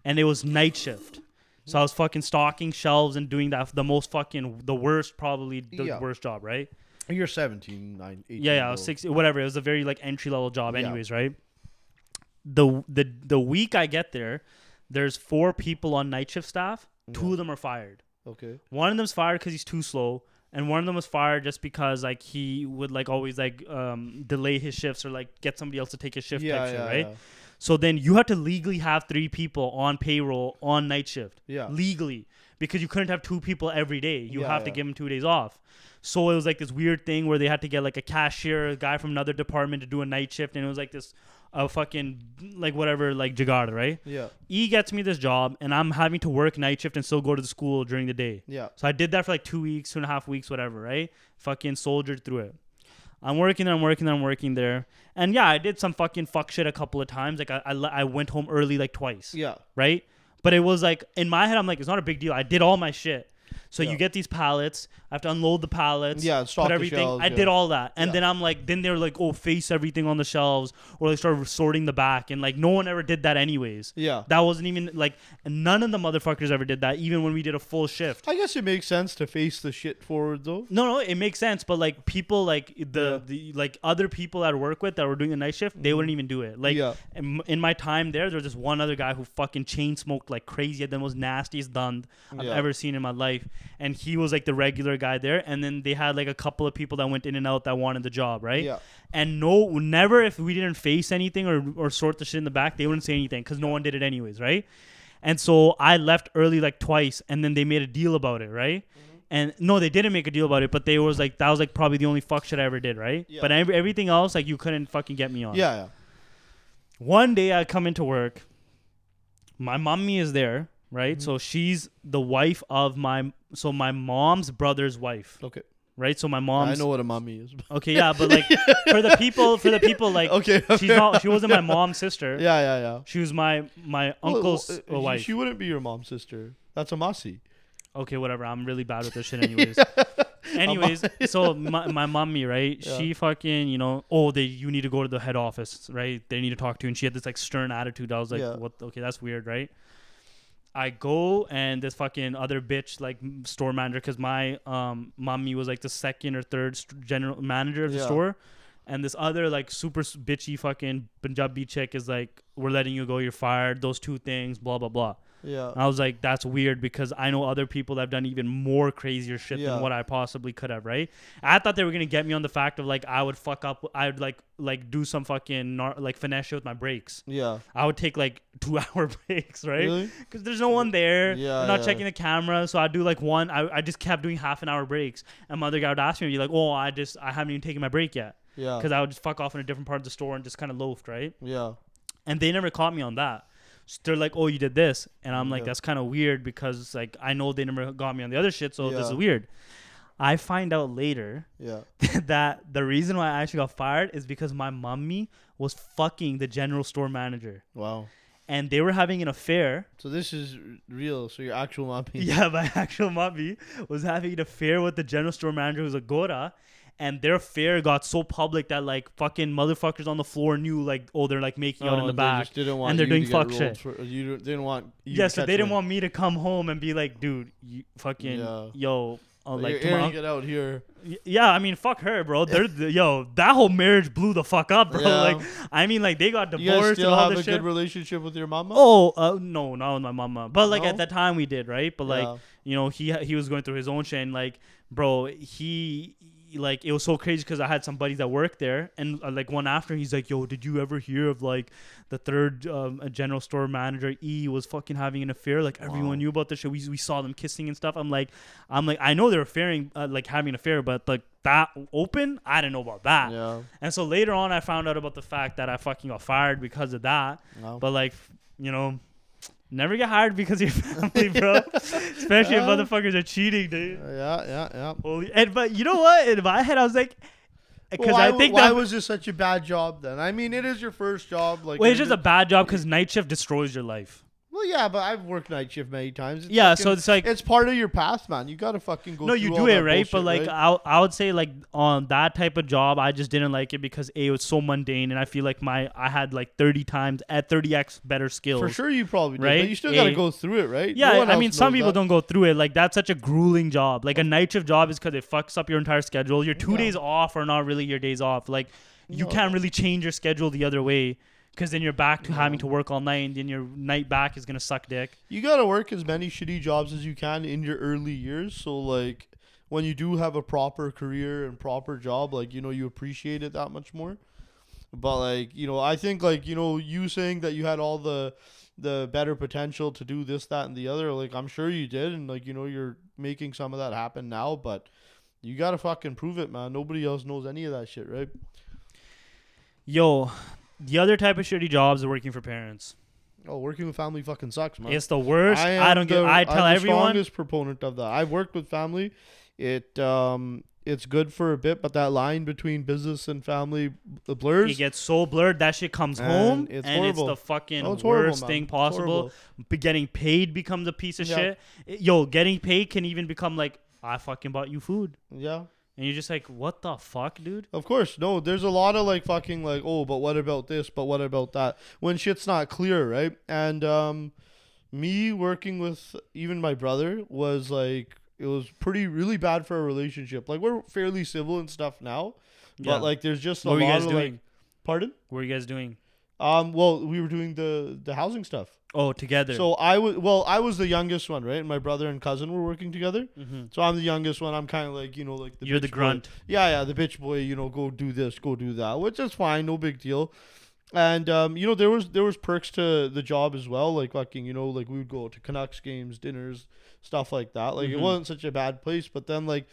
And it was night shift. So I was fucking stocking shelves and doing that the most fucking the worst probably the
Yeah.
worst job, right?
You're 17, 9, 18.
Yeah, yeah, I
year
was
old.
six whatever. It was a very like entry level job
Yeah.
anyways, right? The the the week I get there, there's four people on night shift staff. Two of them are fired.
Okay.
One of them's fired because he's too slow, and one of them was fired just because like he would like always like um, delay his shifts or like get somebody else to take his shift
Yeah,
type shit,
yeah,
right?
yeah.
So then you have to legally have three people on payroll on night shift,
Yeah.
legally, because you couldn't have two people every day. You
Yeah,
have to
yeah.
give them two days off. So it was like this weird thing where they had to get like a cashier, a guy from another department to do a night shift, and it was like this, uh, fucking like whatever, like Jagarta, right?
Yeah.
E gets me this job, and I'm having to work night shift and still go to the school during the day.
Yeah.
So I did that for like two weeks, two and a half weeks, whatever, right? Fucking soldiered through it. I'm working there, I'm working there, I'm working there. And yeah, I did some fucking fuck shit a couple of times. Like I, I, le- I went home early like twice,
Yeah.
right? But it was like, in my head, I'm like, it's not a big deal. I did all my shit. So
Yeah.
you get these pallets. I have to unload the pallets.
Yeah, and stock
put
the
everything.
shelves,
I
yeah.
did all that, and
Yeah.
then I'm like, then they're like, oh, face everything on the shelves, or like start sorting the back, and like no one ever did that anyways.
Yeah.
That wasn't even like none of the motherfuckers ever did that, even when we did a full shift.
I guess it makes sense to face the shit forward though.
No, no, it makes sense, but like people, like the, the like other people that I work with that were doing the night shift, they wouldn't even do it. Like
Mm-hmm. Yeah.
in, in my time there, there was just one other guy who fucking chain smoked like crazy, had the most nastiest dund I've
Yeah.
ever seen in my life, and he was like the regular guy there. And then they had like a couple of people that went in and out that wanted the job, right?
Yeah.
And no, never if we didn't face anything or or sort the shit in the back, they wouldn't say anything because no one did it anyways, right? And so I left early like twice, and then they made a deal about it, right?
Mm-hmm.
And no, they didn't make a deal about it, but they was like that was like probably the only fuck shit I ever did, right?
Yeah.
But every, everything else, like you couldn't fucking get me on.
Yeah. Yeah.
One day I come into work, my mommy is there,
Mm-hmm.
right? So she's the wife of my so my mom's brother's wife,
Okay.
right? So my mom's
I know what a mummy is.
Okay, yeah, but like for the people, for the people, like
Okay,
she's
fair
not. She wasn't my mom's sister.
yeah. Yeah. Yeah.
She was my my
Well,
uncle's uh,
well, uh,
wife.
She wouldn't be your mom's sister. That's a Masi.
okay, whatever. I'm really bad with this shit, anyways. anyways, so my my mommy, right?
Yeah.
She fucking, you know, oh, they you need to go to the head office, right? They need to talk to you, and she had this like stern attitude. I was like,
Yeah.
what? Okay, that's weird, right? I go and this fucking other bitch like m- store manager because my um mommy was like the second or third st- general manager of the
Yeah.
store, and this other like super s- bitchy fucking Punjabi chick is like, we're letting you go, you're fired. Those two things, blah blah blah.
Yeah.
And I was like, that's weird because I know other people that have done even more crazier shit
Yeah.
than what I possibly could have, right? I thought they were gonna get me on the fact of like I would fuck up, I would like like do some fucking nar- like finesse shit with my breaks.
yeah.
I would take like two hour breaks, right?
Really?
Because there's no one there.
Yeah,
They're not
yeah.
checking the camera. So I do like one. I, I just kept doing half an hour breaks. And my other guy would ask me, be like, oh, I just I haven't even taken my break yet.
Yeah.
Because I would just fuck off in a different part of the store and just kind of loafed, right?
Yeah.
and they never caught me on that. So they're like, "Oh, you did this," and I'm like,
Yeah.
"That's kind of weird because like I know they never got me on the other shit, so this
Yeah.
is weird." I find out later
Yeah.
that the reason why I actually got fired is because my mommy was fucking the general store manager,
Wow.
and they were having an affair.
So this is r- real. So your actual mommy.
Yeah, my actual mommy was having an affair with the general store manager who's a Gora. And their affair got so public that like fucking motherfuckers on the floor knew like oh they're like making out in the
They
back
just didn't want
and they're
you
doing
to get
fuck
rolled
shit.
For, uh, you don't- they didn't want. You
yeah,
to
so
catch
they didn't
one.
want me to come home and be like, dude, you fucking
Yeah.
yo, uh,
Like,
like
you're
to my
airing
uncle.
it out here.
yeah. I mean, fuck her, bro. They're the, yo, that whole marriage blew the fuck up, bro.
Yeah.
Like, I mean, like they got
You guys
divorced and
still
all
have a
this
good
shit.
relationship with your mama.
Oh, uh, no, not with my mama, but like at
No?
that time we did, right? But like,
Yeah.
you know, he he was going through his own shit, and like, bro, he like it was so crazy because I had some buddies that worked there, and uh, like one after he's like, "Yo, did you ever hear of like the third um, uh, general store manager E was fucking having an affair? Like
Wow.
everyone knew about this shit. We, we saw them kissing and stuff. I'm like, I'm like, I know they were affairing uh, like having an affair, but like that open, I didn't know about that.
Yeah.
And so later on, I found out about the fact that I fucking got fired because of that.
Wow.
But like, you know, never get hired because of your family, bro. Especially if
Yeah.
motherfuckers are cheating, dude.
yeah. Yeah. Yeah.
Holy, and but you know what? In my head, I was like, because
why,
I think
why
that
was this such a bad job then? I mean, it is your first job. Like,
well, it's
you're
just a bad job because night shift destroys your life.
Well, yeah, but I've worked night shift many times. It's
Yeah,
fucking-
so it's like-
it's part of your path, man. You gotta fucking go.
No, you
through
do
all
it
that
right, but
bullshit,
like
right?
I, I would say like on that type of job, I just didn't like it because a it was so mundane, and I feel like my I had like thirty times at thirty x better skills.
for sure you probably did,
right?
but you still gotta
Eh.
go through it, right?
Yeah,
No one
I
else
mean, some
knows
people
that.
don't go through it. Like that's such a grueling job. Like a night shift job is because it fucks up your entire schedule. Your two
Yeah.
days off are not really your days off. Like you
No.
can't really change your schedule the other way because then you're back to having to work all night, and then your night back is gonna suck dick.
You gotta work as many shitty jobs as you can in your early years. So like, when you do have a proper career and proper job, like you know, you appreciate it that much more. But like, you know, I think like you know, you saying that you had all the the better potential to do this, that, and the other. Like, I'm sure you did, and like you know, you're making some of that happen now, but. you gotta fucking prove it, man. Nobody else knows any of that shit, right?
Yo, the other type of shitty jobs are working for parents.
Oh, working with family fucking sucks, man.
It's the worst.
am
I, don't get.
the-
I
I'm
tell
the
everyone.
strongest proponent of that. I've worked with family. It um, it's good for a bit, but that line between business and family b- blurs.
It gets so blurred that shit comes
And
home,
it's
and it's
horrible.
the fucking
Oh, it's horrible,
worst
man.
thing
It's horrible.
possible. But getting paid becomes a piece of
Yeah.
shit. It- Yo, getting paid can even become like I fucking bought you food,
Yeah,
and you're just like, what the fuck, dude?
of course. No, there's a lot of like fucking like oh, but what about this? But what about that? When shit's not clear, right? And um, me working with even my brother was like it was pretty really bad for our relationship. Like we're fairly civil and stuff now,
Yeah.
but like there's just a
What were you
lot
guys
of
doing?
like pardon.
what were you guys doing?
Um, well, we were doing the the housing stuff.
Oh, together.
So I was well, I was the youngest one, right? And my brother and cousin were working together.
Mhm.
So I'm the youngest one. I'm kind of like you know like the
You're the
bitch boy.
grunt.
Yeah, yeah, the bitch boy. You know, go do this, go do that, which is fine, no big deal. And um, you know there was there was perks to the job as well, like fucking you know like we would go to Canucks games, dinners, stuff like that. Like
Mhm.
it wasn't such a bad place, but then like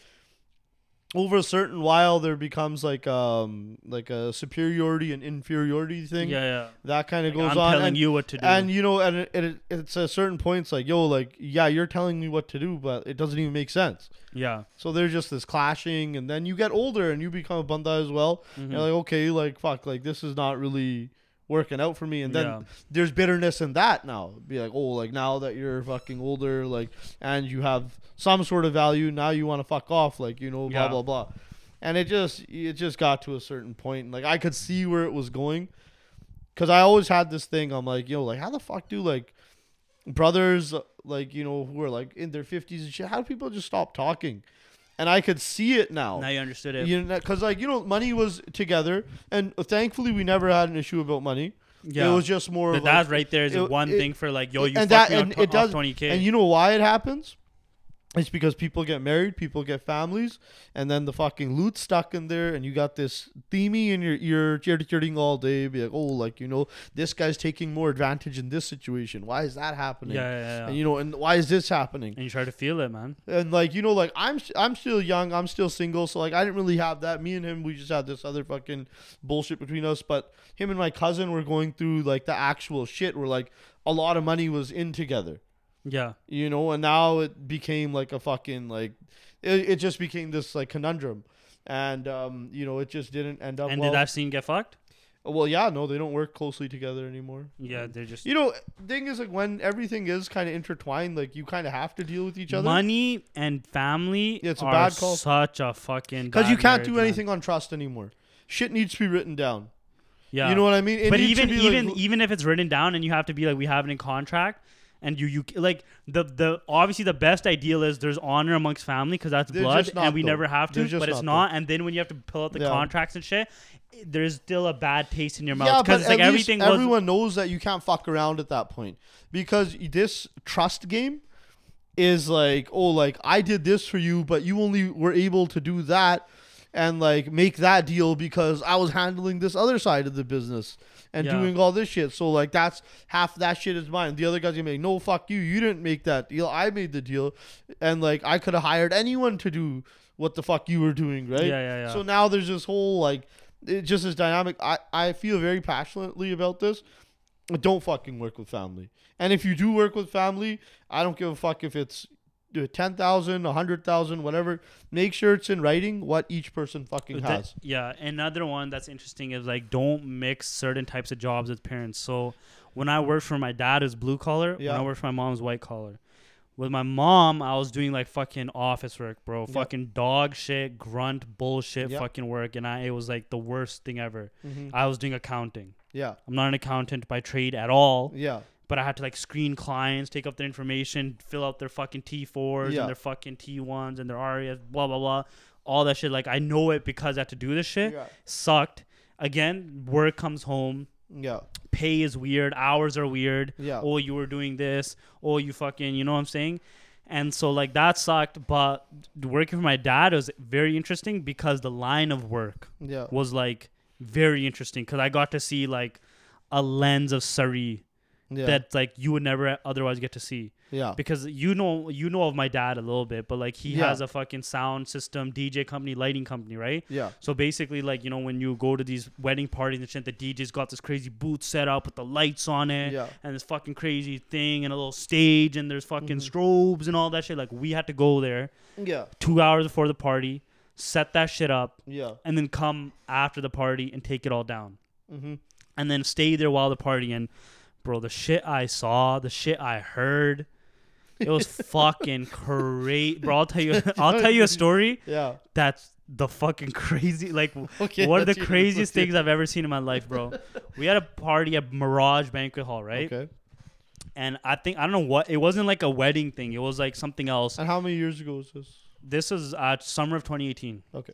over a certain while there becomes like um like a superiority and inferiority thing.
Yeah, yeah.
That kind of
Like,
goes
I'm
on.
telling
and
you what to do.
and you know, and it, it, it's at certain points like, yo, like, yeah, you're telling me what to do, but it doesn't even make sense.
yeah.
So there's just this clashing, and then you get older and you become a banda as well.
Mhm.
You're like, okay, like, fuck, like, this is not really working out for me. And then
Yeah.
there's bitterness in that now. Be like, oh, like, now that you're fucking older, like, and you have some sort of value, now you want to fuck off, like, you know, blah,
Yeah.
blah, blah. And it just, it just got to a certain point. Like, I could see where it was going. Cause I always had this thing. I'm like, yo, like, how the fuck do like brothers, like you know, who are like in their fifties and shit? How do people just stop talking? And I could see it now.
Now you understood it.
oh. You know, cause like you know, money was together, and thankfully we never had an issue about money.
yeah.
It was just more.
but
of
that
like,
right there is
it-
one
it-
thing for like, yo, you
and
fucked
that
me
and
off,
it does.
off 20k.
And you know why it happens? It's because people get married, people get families, and then the fucking loot stuck in there, and you got this themey in your ear, chirting all day, be like, oh, like you know, this guy's taking more advantage in this situation. Why is that happening?
yeah, yeah, yeah. yeah.
and you know and why is this happening
and you try to feel it, man.
and like you know like i'm s- i'm still young i'm still single so like i didn't really have that me and him we just had this other fucking bullshit between us but him and my cousin were going through like the actual shit where like a lot of money was in together
Yeah.
you know and now it became like a fucking like it, it just became this like conundrum and um you know it just didn't end up
And
Uh, well.
did that scene get fucked?
well yeah no they don't work closely together anymore
Yeah, they're just
you know thing is like when everything is kind of intertwined like you kind of have to deal with each other
money and family
Yeah, it's a
are
bad call.
such a fucking
Because you
bad
can't do
marriage, man.
anything on trust anymore. Shit needs to be written down.
Yeah,
You know what I mean? It
but
needs to
even
be, like,
even
l-
even if it's written down and you have to be like we have it in contract. And you, you like the the obviously the best ideal is there's honor amongst family because that's
They're
blood
just not,
and we
though.
never have to,
They're just
but it's
not,
not. And then when you have to pull out the
Yeah.
contracts and shit, i- there's still a bad taste in your
yeah,
mouth
but
because
at
it's like
least
everything was
everyone knows that you can't fuck around at that point because this trust game is like, oh, like I did this for you, but you only were able to do that and like make that deal because I was handling this other side of the business and
Yeah.
doing all this shit. So like that's half that shit is mine. The other guy's gonna be like, no, fuck you. You didn't make that deal. I made the deal, and like I could have hired anyone to do what the fuck you were doing, right?
Yeah, yeah, yeah.
So now there's this whole like, it just is dynamic. I I feel very passionately about this. But Don't fucking work with family. And if you do work with family, I don't give a fuck if it's uh, do it 10,000, 100,000, whatever. Make sure it's in writing what each person fucking
That-
has.
yeah, another one that's interesting is like don't mix certain types of jobs with parents. So when I worked for my dad, it was blue collar.
Yeah.
When I worked for my mom's white collar. With my mom, I was doing like fucking office work, bro. Fucking dog shit, grunt bullshit,
Yep. Mm-hmm.
fucking work, and I it was like the worst thing ever. I was doing accounting.
Yeah.
I'm not an accountant by trade at all,
Yeah.
but I had to like screen clients, take up their information, fill out their fucking T4s
Yeah.
and their fucking T1s and their REFs, blah blah blah, all that shit. Like I know it because I had to do this shit
Yeah.
sucked. Again, work comes home.
Yeah.
Pay is weird. Hours are weird.
Yeah.
Oh, you were doing this. Oh, you fucking, you know what I'm saying? And so, like, that sucked. But working for my dad was very interesting because the line of work
Yeah.
was, like, very interesting because I got to see, like, a lens of Surrey
Yeah.
that like you would never otherwise get to see
yeah.
because you know you know of my dad a little bit but like he
Yeah.
has a fucking sound system dj company lighting company right
Yeah.
so basically like you know when you go to these wedding parties and shit the dj's got this crazy booth set up with the lights on it
Yeah.
and this fucking crazy thing and a little stage and there's fucking
Mm-hmm.
strobes and all that shit like we had to go there
Yeah.
two hours before the party set that shit up
Yeah.
and then come after the party and take it all down
Mm-hmm.
and then stay there while the party and bro the shit i saw the shit i heard it was fucking crazy bro i'll tell you i'll tell you a story
Yeah.
that's the fucking crazy like
Okay,
one of the
that's your-
craziest
that's your-
things i've ever seen in my life bro we had a party at mirage banquet hall right
Okay.
and i think i don't know what it wasn't like a wedding thing it was like something else
And how many years ago was this?
this is uh, summer of 2018
Okay.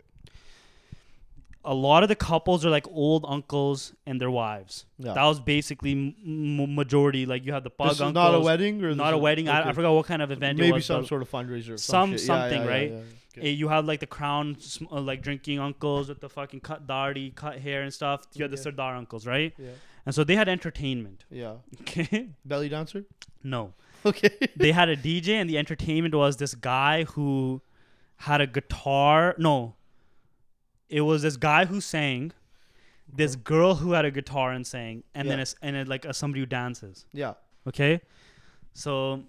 a lot of the couples are like old uncles and their wives.
Yeah.
That was basically m- m- majority. Like you had the pug
this is
uncles.
not a wedding or
Not
this
a
is-
wedding. I, I
okay.
forgot what kind of event it
Maybe
was.
some
but
sort of fundraiser. Or
some-
some shit. Yeah,
something,
yeah, yeah,
right?
yeah, yeah.
eh, you had like the crown, sm- uh, like drinking uncles with the fucking cut dadi, cut hair and stuff. You had the
Okay.
sardar uncles, right?
Yeah.
And so they had entertainment.
Yeah.
Okay,
Belly dancer.
no,
Okay.
they had a DJ, and the entertainment was this guy who had a guitar. No, it was this guy who sang, this girl who had a guitar and sang, and then
Yeah.
a s and then like a, somebody who dances.
yeah.
Okay, so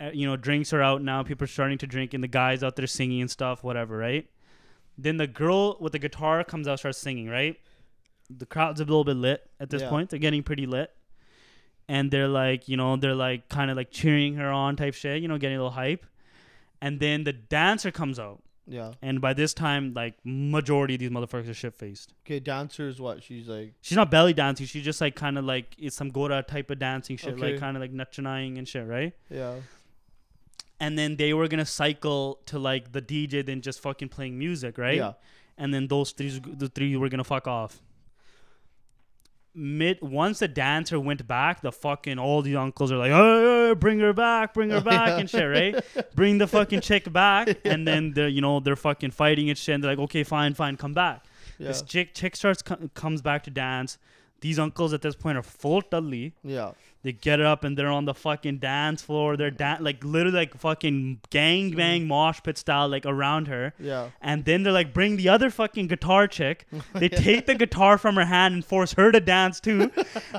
uh, you know drinks are out now. People are starting to drink, and the guys out there singing and stuff, whatever, right? Then the girl with the guitar comes out, starts singing, right? The crowd's a little bit lit at this
Yeah.
point. They're getting pretty lit. And they're like, you know, they're like kind of like cheering her on type shit, you know, getting a little hype. And then the dancer comes out.
Yeah.
And by this time, like majority of these motherfuckers are shit faced.
Okay. Dancer is what? She's like.
She's not belly dancing. She's just like kind of like it's some Gora type of dancing shit, like
Okay.
kind of like nutchanaying and shit, right?
Yeah.
And then they were gonna cycle to like the DJ, then just fucking playing music, right?
Yeah.
And then those three, the three were gonna fuck off. Mid once the dancer went back, the fucking all the uncles are like, "Hey, hey, bring her back, bring her back," and shit, right? bring the fucking chick back, and then they're you know they're fucking fighting and shit. And they're like, "Okay, fine, fine, come back."
Yeah.
This chick chick starts co- comes back to dance. These uncles at this point are full tully.
Yeah.
They get up and they're on the fucking dance floor. They're dan- like literally like fucking gang bang mosh pit style like around her.
Yeah.
And then they're like, bring the other fucking guitar chick. They take the guitar from her hand and force her to dance too.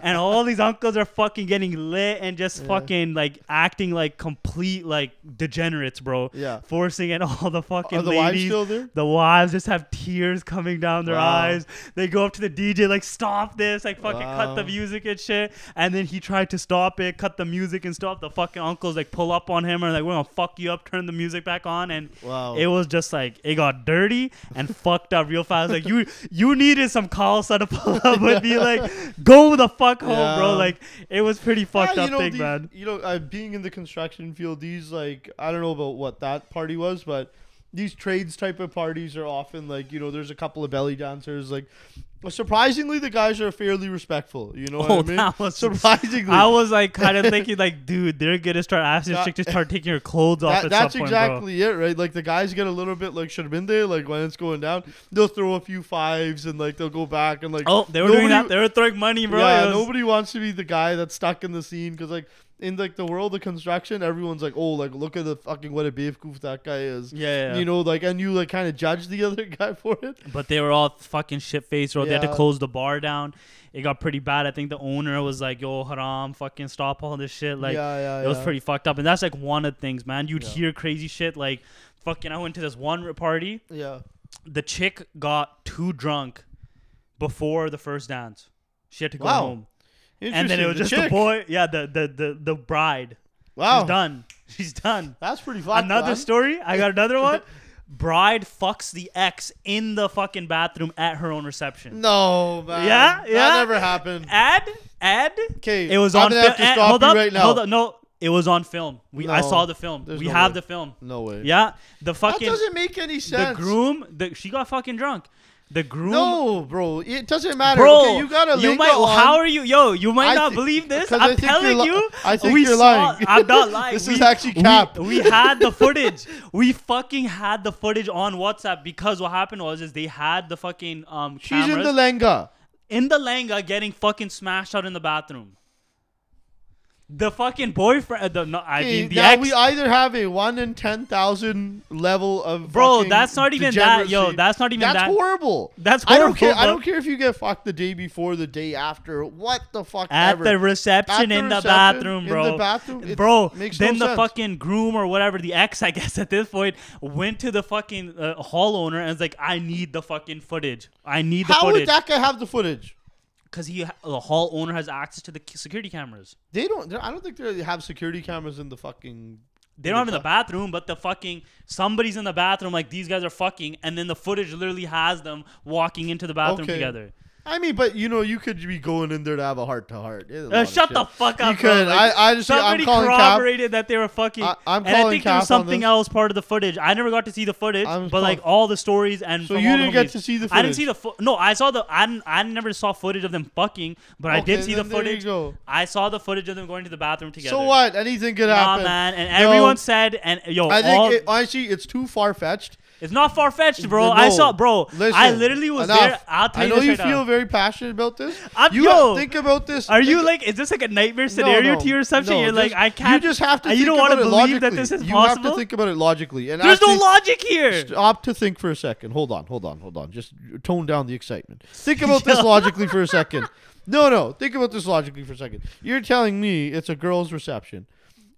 and all these uncles are fucking getting lit and just fucking like acting like complete like degenerates, bro.
Yeah.
Forcing it all the fucking
Are the wives
ladies.
still there?
The wives just have tears coming down their
Wow.
eyes. They go up to the DJ like, "Stop this!" Like, fucking cut the
Wow.
music and shit. And then he tried to stop it, cut the music and stop. The fucking uncles like pull up on him and like, "We're gonna fuck you up." Turn the music back on, and
Wow.
it was just like it got dirty and fucked up real fast. Like you, you needed some Khalsa to pull up with me. Like, go the fuck home, bro.
Yeah.
Like it was pretty fucked
Yeah,
up thing,
these-
man.
You know, uh, being in the construction field, these like I don't know about what that party was, but these trades type of parties are often like you know there's a couple of belly dancers. Like surprisingly, the guys are fairly respectful. You know
Oh,
what I mean?
that was-
surprisingly.
I was like kind of thinking like, dude, they're gonna start asking this
That-
chick to start taking her clothes off.
That-
at
that's
some point, bro.
exactly it, right? Like the guys get a little bit like should have been there. Like when it's going down, they'll throw a few fives and like they'll go back and like
Oh, they were doing
nobody-
that. They were throwing money, bro.
Yeah,
It was-
nobody wants to be the guy that's stuck in the scene because like in like the world of construction, everyone's like, oh, like look at the fucking what a beefcoof that guy is.
Yeah, yeah.
You know, like and you like kind of judge the other guy for it.
But they were all fucking shit faced, bro. They had to
Yeah.
close the bar down. It got pretty bad. I think the owner was like, "Yo, haram, fucking stop all this shit." Like,
yeah, yeah,
it was
yeah.
pretty fucked up. And that's like one of the things, man. You'd
Yeah.
hear crazy shit like, "Fucking," I went to this one party.
Yeah.
The chick got too drunk before the first dance. She had to go
Wow.
home, and then it
Interesting,
was
the
just the
chick. Oh.
boy. Yeah, the the the the bride.
Wow.
She's done. She's done.
That's pretty fucked.
another
man.
story. I got another one. Bride fucks the ex in the fucking bathroom at her own reception.
No, man.
Yeah, yeah.
That never happened.
Ad, ad.
'Kay,
It was
I'm
on
gonna
film.
have to stop
hold
you
up,
right now.
hold up. No, it was on film. We, I
No,
saw the film.
there's
We
no
have
way.
the film.
No way.
Yeah, the
That
fucking
doesn't make any
the
sense.
groom. The, she got fucking drunk. The groom.
No, bro. It doesn't matter.
Bro,
okay, you gotta.
you
link
might.
it on.
How are you, yo? You might
I
not
thi-
believe this.
'cause
I'm
I think you're
telling
li-
you.
I think
we
you're
saw-
lying.
I'm not lying.
This is actually cap.
We, we had the footage. we fucking had the footage on WhatsApp because what happened was is they had the fucking um
She's in
cameras
the lenga.
in the Langa getting fucking smashed out in the bathroom. The fucking boyfriend. uh, The no, I
Okay,
mean the
now
ex.
we either have a one in ten thousand level of
Bro,
fucking
that's not even that- yo,
degeneracy.
that's not even
that's
that-
horrible.
That's
I don't
horrible,
care.
bro.
I don't care if you get fucked the day before, the day after. What the fuck?
at
ever.
the reception
At the
in the
reception, in
bathroom,
the
bro.
bathroom, it
bro.
makes
then
no
the
sense.
fucking groom or whatever, the ex, I guess at this point, went to the fucking uh, hall owner and was like, "I need the fucking footage. I need the
How
footage
would that guy have the footage?
because he, ha- the hall owner, has access to the c- security cameras.
They don't. I don't think they have security cameras in the fucking.
They don't have it in the bathroom, but the fucking somebody's in the bathroom. Like these guys are fucking, and then the footage literally has them walking into the bathroom
Okay.
together.
I mean, but you know, you could be going in there to have a heart to heart.
Uh, shut the fuck up.
You could.
Bro. Like,
I, I just. I'm
somebody
calling cap.
corroborated that they were fucking.
I- I'm
and I
calling
think there was
cap on
something
this.
else part of the footage. I never got to see the footage,
I'm
but like all the stories and.
So
from
you
all the
didn't get
homies.
to see the
I didn't see
footage?
the fo- no. I saw the. I, didn't- I never saw footage of them fucking, but I
Okay,
did see the
then there you
footage.
go.
I saw the footage of them going to the bathroom together.
So what? Anything could
Nah,
happen.
man, and
No.
everyone said, and yo,
I
all,
think it, honestly, it's too far fetched.
it's not far fetched, bro. I saw, bro. I literally was there. I'll tell
I
you
know
this
you
right
feel
now.
very passionate about this.
I'm-
you
yo,
think about this.
Are you
think-
like? Is this like a nightmare
No,
scenario
no,
to you or something?
no,
You're like,
just-
I can't.
You just have to.
You
think
don't
want
wanna
to
believe that this is
you have
possible?
to think about it logically. And
There's no
actually
logic here.
Stop to think for a second. Hold on, hold on, hold on. Just tone down the excitement. Think about this logically for a second. No, no. Think about this logically for a second. You're telling me it's a girl's reception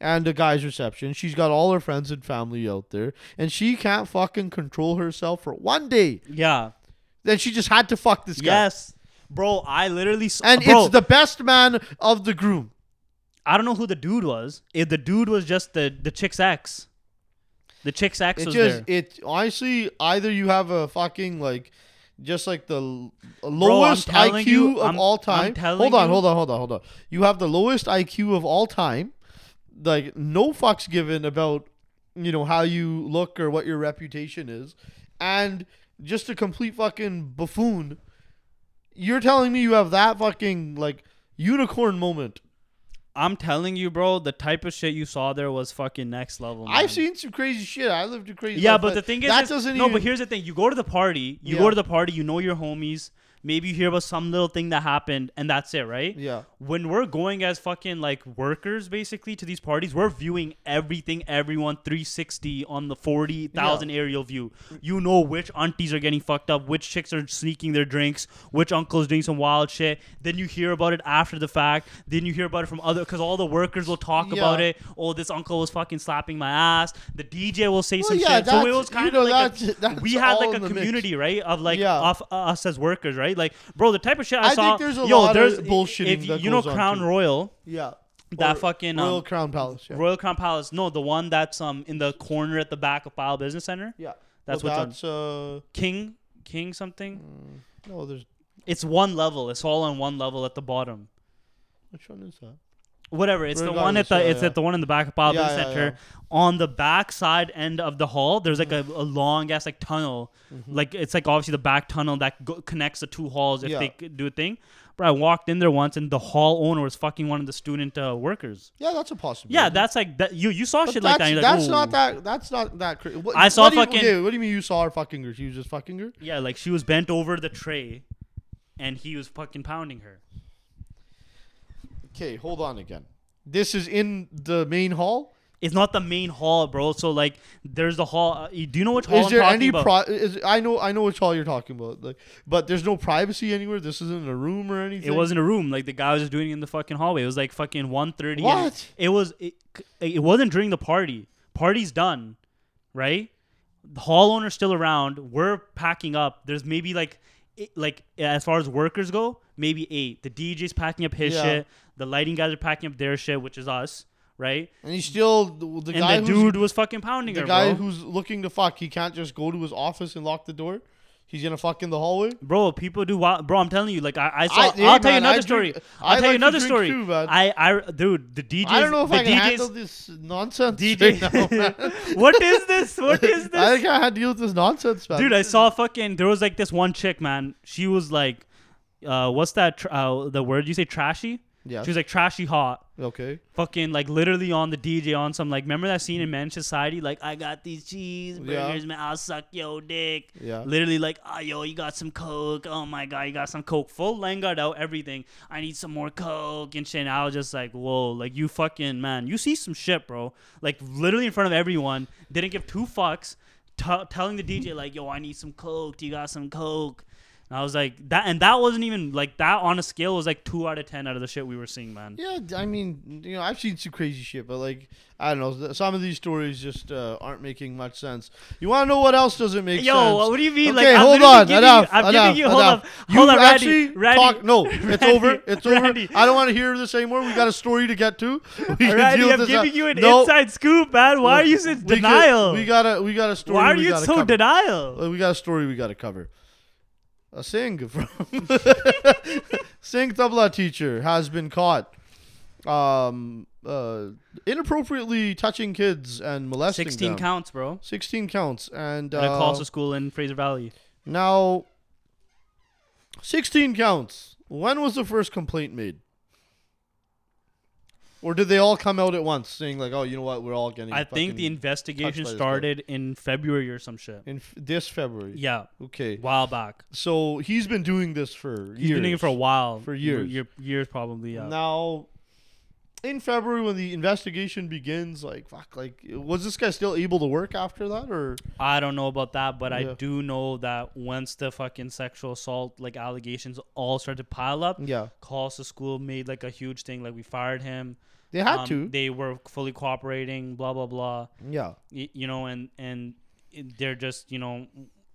and a guy's reception. She's got all her friends and family out there, and she can't fucking control herself for one day.
Yeah.
Then she just had to fuck this guy.
Yes. Bro, I literally saw.
And
bro,
it's the best man of the groom.
I don't know who the dude was. If the dude was just the the chick's ex, the chick's ex
It
was there.
just it honestly either you have a fucking like just like the l-
I'm
lowest
telling
IQ
you,
of
I'm-
all
I'm
time.
telling
Hold on,
you.
hold on, hold on, hold on. You have the lowest IQ of all time. Like no fucks given about you know how you look or what your reputation is and just a complete fucking buffoon. You're telling me you have that fucking like unicorn moment.
I'm telling you, bro, the type of shit you saw there was fucking next level. man.
I've seen some crazy shit. I lived a crazy
Yeah,
life,
but the thing is,
that
is-
doesn't
no.
even
But here's the thing: you go to the party, you
Yeah.
go to the party, you know your homies. Maybe you hear about some little thing that happened, and that's it, right?
Yeah.
When we're going as fucking like workers, basically to these parties, we're viewing everything, everyone 360 on the 40,000 aerial view. You know which aunties are getting fucked up, which chicks are sneaking their drinks, which uncles doing some wild shit. Then you hear about it after the fact. Then you hear about it from other, because all the workers will talk about
Yeah.
it. Oh, this uncle was fucking slapping my ass. The DJ will say
Well,
some
yeah,
shit. So it
that's-
was
you
kind
know,
of like a-
that's- that's
we had
all
like
in
a
the mix.
community, right? Of like
Yeah.
off uh, us as workers, right? Like, bro, the type of shit I,
I
saw.
think there's a
yo,
lot of
there's
bullshitting
If,
that
you know,
goes on,
Crown
too.
Royal,
Yeah.
That fucking,
Royal
um,
Crown Palace. Yeah.
Royal Crown Palace. No, the one that's um in the corner at the back of File Business Center.
yeah.
that's
well,
what's on-
that's uh
King, King
Mm.
something.
no there's
It's one level. It's all on one level at the bottom.
which one is that?
Whatever. It's the one at
Regardless,
the.
yeah,
it's
yeah.
at the one in the back of File
Yeah,
Business
yeah,
Center. On the back side end of the hall, there's like a, a long ass like tunnel.
Mm-hmm.
Like it's like obviously the back tunnel that go- connects the two halls if
Yeah.
they c- do a thing. But I walked in there once, and the hall owner was fucking one of the student uh, workers.
Yeah, that's a possibility.
Yeah, that's like that. You you saw
But
shit
that's,
like that. and you're like,
that's
"Ooh."
not that. That's not that. Cra- what,
I saw
what do you-
fucking-
okay, what do you mean you saw her fucking her? She was just fucking her.
Yeah, like she was bent over the tray, and he was fucking pounding her.
Okay, hold on again. This is in the main hall.
It's not the main hall, bro. So like, there's the hall. Uh, you- do you know which hall
is
I'm
there
talking
any
about?
pro? Is, I know, I know which hall you're talking about. Like, but there's no privacy anywhere. This isn't a room or anything.
it wasn't a room. Like the guy was just doing it in the fucking hallway. It was like fucking 1.30. and
What?
It was. It, it wasn't during the party. Party's done, right? The hall owner's still around. We're packing up. There's maybe like, eight, like as far as workers go, maybe eight. The DJ's packing up his
Yeah.
shit. The lighting guys are packing up their shit, which is us, right?
And he still the, the
And
guy
the
who's
dude was fucking pounding
the
her,
guy
bro.
who's looking to fuck, he can't just go to his office and lock the door. He's gonna fuck in the hallway.
Bro, people do wild. Bro, I'm telling you, like I, I saw. I,
hey,
will tell you
man, I
another
drink-
story. I'll
I
tell
like
you
to
another
drink
story.
too, man.
I, I, dude, the DJs.
I don't know if
the
I can
DJs,
handle this nonsense
DJ.
right now, man.
what is this? What is
I
this?
think I had to deal with this nonsense, man.
Dude, I saw fucking. There was like this one chick, man. She was like, uh, what's that? Tr- uh, the word you say, trashy.
Yes.
She was like trashy hot.
Okay.
Fucking like literally on the DJ on some like remember that scene in Man Society like I got these cheeseburgers
Yeah.
man I'll suck yo dick
Yeah.
literally like oh yo you got some coke oh my god you got some coke full Langard out everything I need some more coke and shit and I was just like whoa like you fucking man you see some shit bro like literally in front of everyone didn't give two fucks t- telling the DJ like yo I need some coke do you got some coke and I was like that and that wasn't even like that on a scale was like two out of ten out of the shit we were seeing man
Yeah, I mean, you know, I've seen some crazy shit, but like, I don't know. Some of these stories just uh, aren't making much sense. You want to know what else doesn't make
Yo,
sense?
what do you mean?
Okay,
like, I'm
hold
literally
on.
Giving,
enough.
you, I'm
enough.
giving you. Hold
enough.
up. Hold
You've
up,
actually
Randy. Randy.
talked- no, it's
Randy,
over. It's
Randy.
over. I don't want to hear this anymore. We got a story to get to. We can deal
Randy,
with
I'm
this
giving
out-
you an
No,
inside scoop, man. Why are you in
we could-
denial?
we got a we got a story.
Why are
we
you
gotta
so
cover.
denial?
Uh, We got a story we got to cover. A Singh from Singh tabla teacher has been caught um, uh, inappropriately touching kids and molesting
16
them.
counts, bro.
16 counts and,
At a
uh,
call to school in Fraser Valley.
now 16 counts. When was the first complaint made? Or did they all come out at once saying like, "Oh, you know what? We're all getting
I think the
fucking
investigation
touched by this guy.
started in February or some shit.
in f- this February."
Yeah,
Okay.
while back.
So he's been doing this for
He's been doing it for a while.
For years.
Year, years probably, yeah.
Now, in February when the investigation begins, like fuck, like was this guy still able to work after that, or
I don't know about that, but I
Yeah.
do know that once the fucking sexual assault like allegations all started to pile up,
yeah,
calls to school made like a huge thing. Like we fired him.
they had
Um,
to,
They were fully cooperating. Blah blah blah.
yeah,
Y- you know, and and it- they're just you know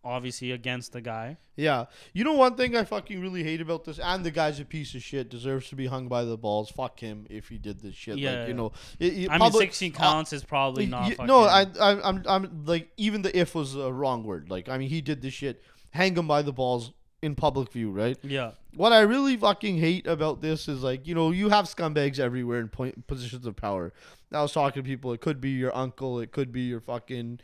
obviously against the guy.
yeah. You know one thing I fucking really hate about this, and the guy's a piece of shit, deserves to be hung by the balls. Fuck him if he did this shit.
Yeah,
like, you
yeah.
know, it, it
I mean,
public-
sixteen
uh,
counts is probably not.
y-
fucking,
no, I, I, I'm, I'm like even the if was a wrong word. Like, I mean, he did this shit. Hang him by the balls in public view, right?
Yeah,
what I really fucking hate about this is like, you know, you have scumbags everywhere in point, positions of power. I was talking to people. It could be your uncle. It could be your fucking,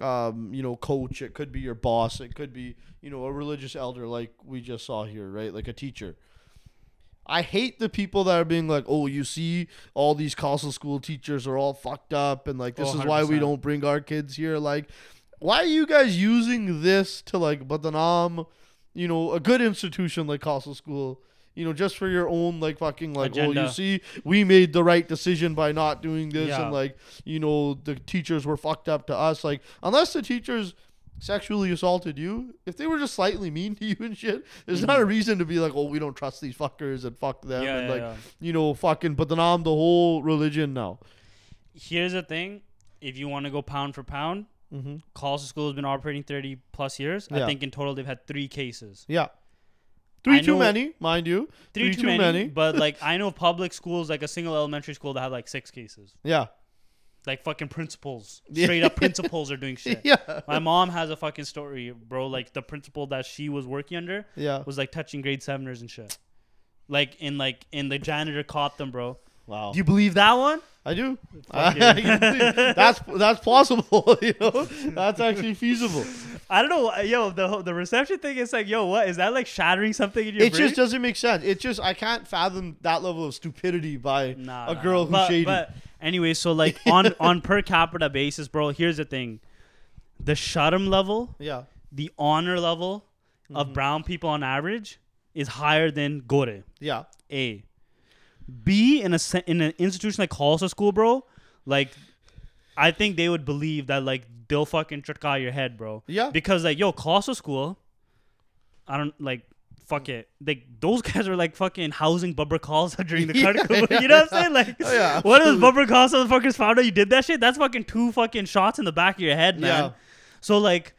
um, you know, coach. It could be your boss. It could be, you know, a religious elder like we just saw here, right? Like a teacher. I hate the people that are being like, oh, you see, all these coastal school teachers are all fucked up, and like this
Oh,
is why we
100%.
don't bring our kids here. Like, why are you guys using this to like Badanam, you know, a good institution like coastal school, you know, just for your own like fucking like, oh, you
Agenda.
see, we made the right decision by not doing this,
Yeah.
and like, you know, the teachers were fucked up to us. Like, unless the teachers sexually assaulted you, if they were just slightly mean to you and shit, there's not a reason to be like, oh, we don't trust these fuckers and fuck them
Mm. Yeah,
and
yeah,
like,
yeah.
you know, fucking. But then I'm the whole religion now.
here's the thing: if you want to go pound for pound,
Mm-hmm.
calls to school has been operating thirty plus years. I
Yeah.
think in total they've had three cases.
Yeah,
I
three too
know-
many, mind you.
Three, too, many, but like I know public schools, like a single elementary school, that had like six cases.
yeah,
Like fucking principals,
Yeah.
straight up principals are doing shit.
yeah,
My mom has a fucking story, bro. Like the principal that she was working under
yeah.
was like touching grade seveners and shit. Like in like and the janitor caught them, bro.
Wow.
Do you believe that one?
I do.
Fuck
I
it.
can believe- that's that's possible. You know, that's actually feasible.
I don't know. Yo, the whole- the reception thing is like, yo, what is that? Like shattering something in your
it
brain?
just doesn't make sense. It just I can't fathom that level of stupidity by
Nah,
a
nah,
girl
nah.
who's
but,
shady.
But anyway, so like on on per capita basis, bro. Here's the thing: the shudrum level,
yeah.
the honor level
Mm-hmm.
of brown people on average is higher than gore.
Yeah.
A. B in a se- in an institution like Khalsa School, bro, like I think they would believe that like they'll fucking tritka your head, bro.
Yeah.
Because like yo, Khalsa School, I don't like fuck it. Like those guys are like fucking housing Bubber Khalsa during the
Yeah,
Kharkiv.
yeah,
you know what
yeah.
I'm saying? Like
Oh, yeah,
what if Bubber Khalsa fuckers found out you did that shit? That's fucking two fucking shots in the back of your head, man.
Yeah.
So like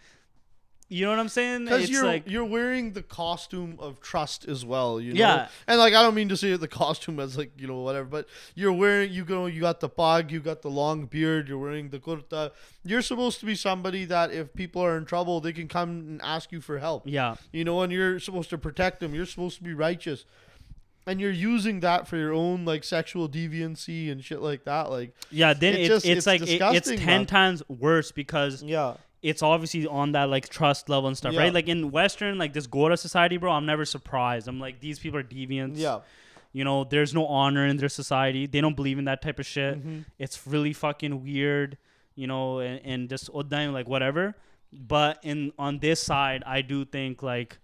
you know what I'm saying?
Because
It's
you're
like
you're wearing the costume of trust as well, you know.
Yeah.
And like I don't mean to say the costume as like you know whatever, but you're wearing you go you got the pag, you got the long beard, you're wearing the kurta. You're supposed to be somebody that if people are in trouble, they can come and ask you for help.
yeah.
You know, and you're supposed to protect them. You're supposed to be righteous. And you're using that for your own like sexual deviancy and shit like that. Like
Yeah, then
It
it,
just-
it's,
it's
like it- it's
disgusting,
ten
man.
times worse because
Yeah.
it's obviously on that like trust level and stuff,
Yeah.
right? Like in Western, like this Gora society, bro, I'm never surprised. I'm like these people are deviants.
Yeah.
You know, there's no honor in their society. They don't believe in that type of shit.
Mm-hmm.
It's really fucking weird, you know, and, and just oddaim like whatever. But in on this side, I do think like,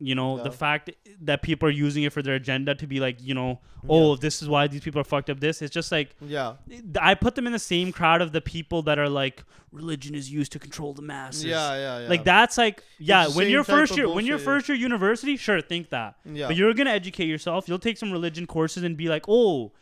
you know,
Yeah.
the fact that people are using it for their agenda to be like, you know, oh,
Yeah.
this is why these people are fucked up. This it's just like
Yeah.
I put them in the same crowd of the people that are like religion is used to control the masses.
Yeah, yeah, yeah.
Like that's like yeah.
the
When
same
you're
type
first
of
year, when you're
bullshit, yeah.
first year university, sure, think that.
Yeah.
But you're gonna educate yourself. You'll take some religion courses and be like, oh,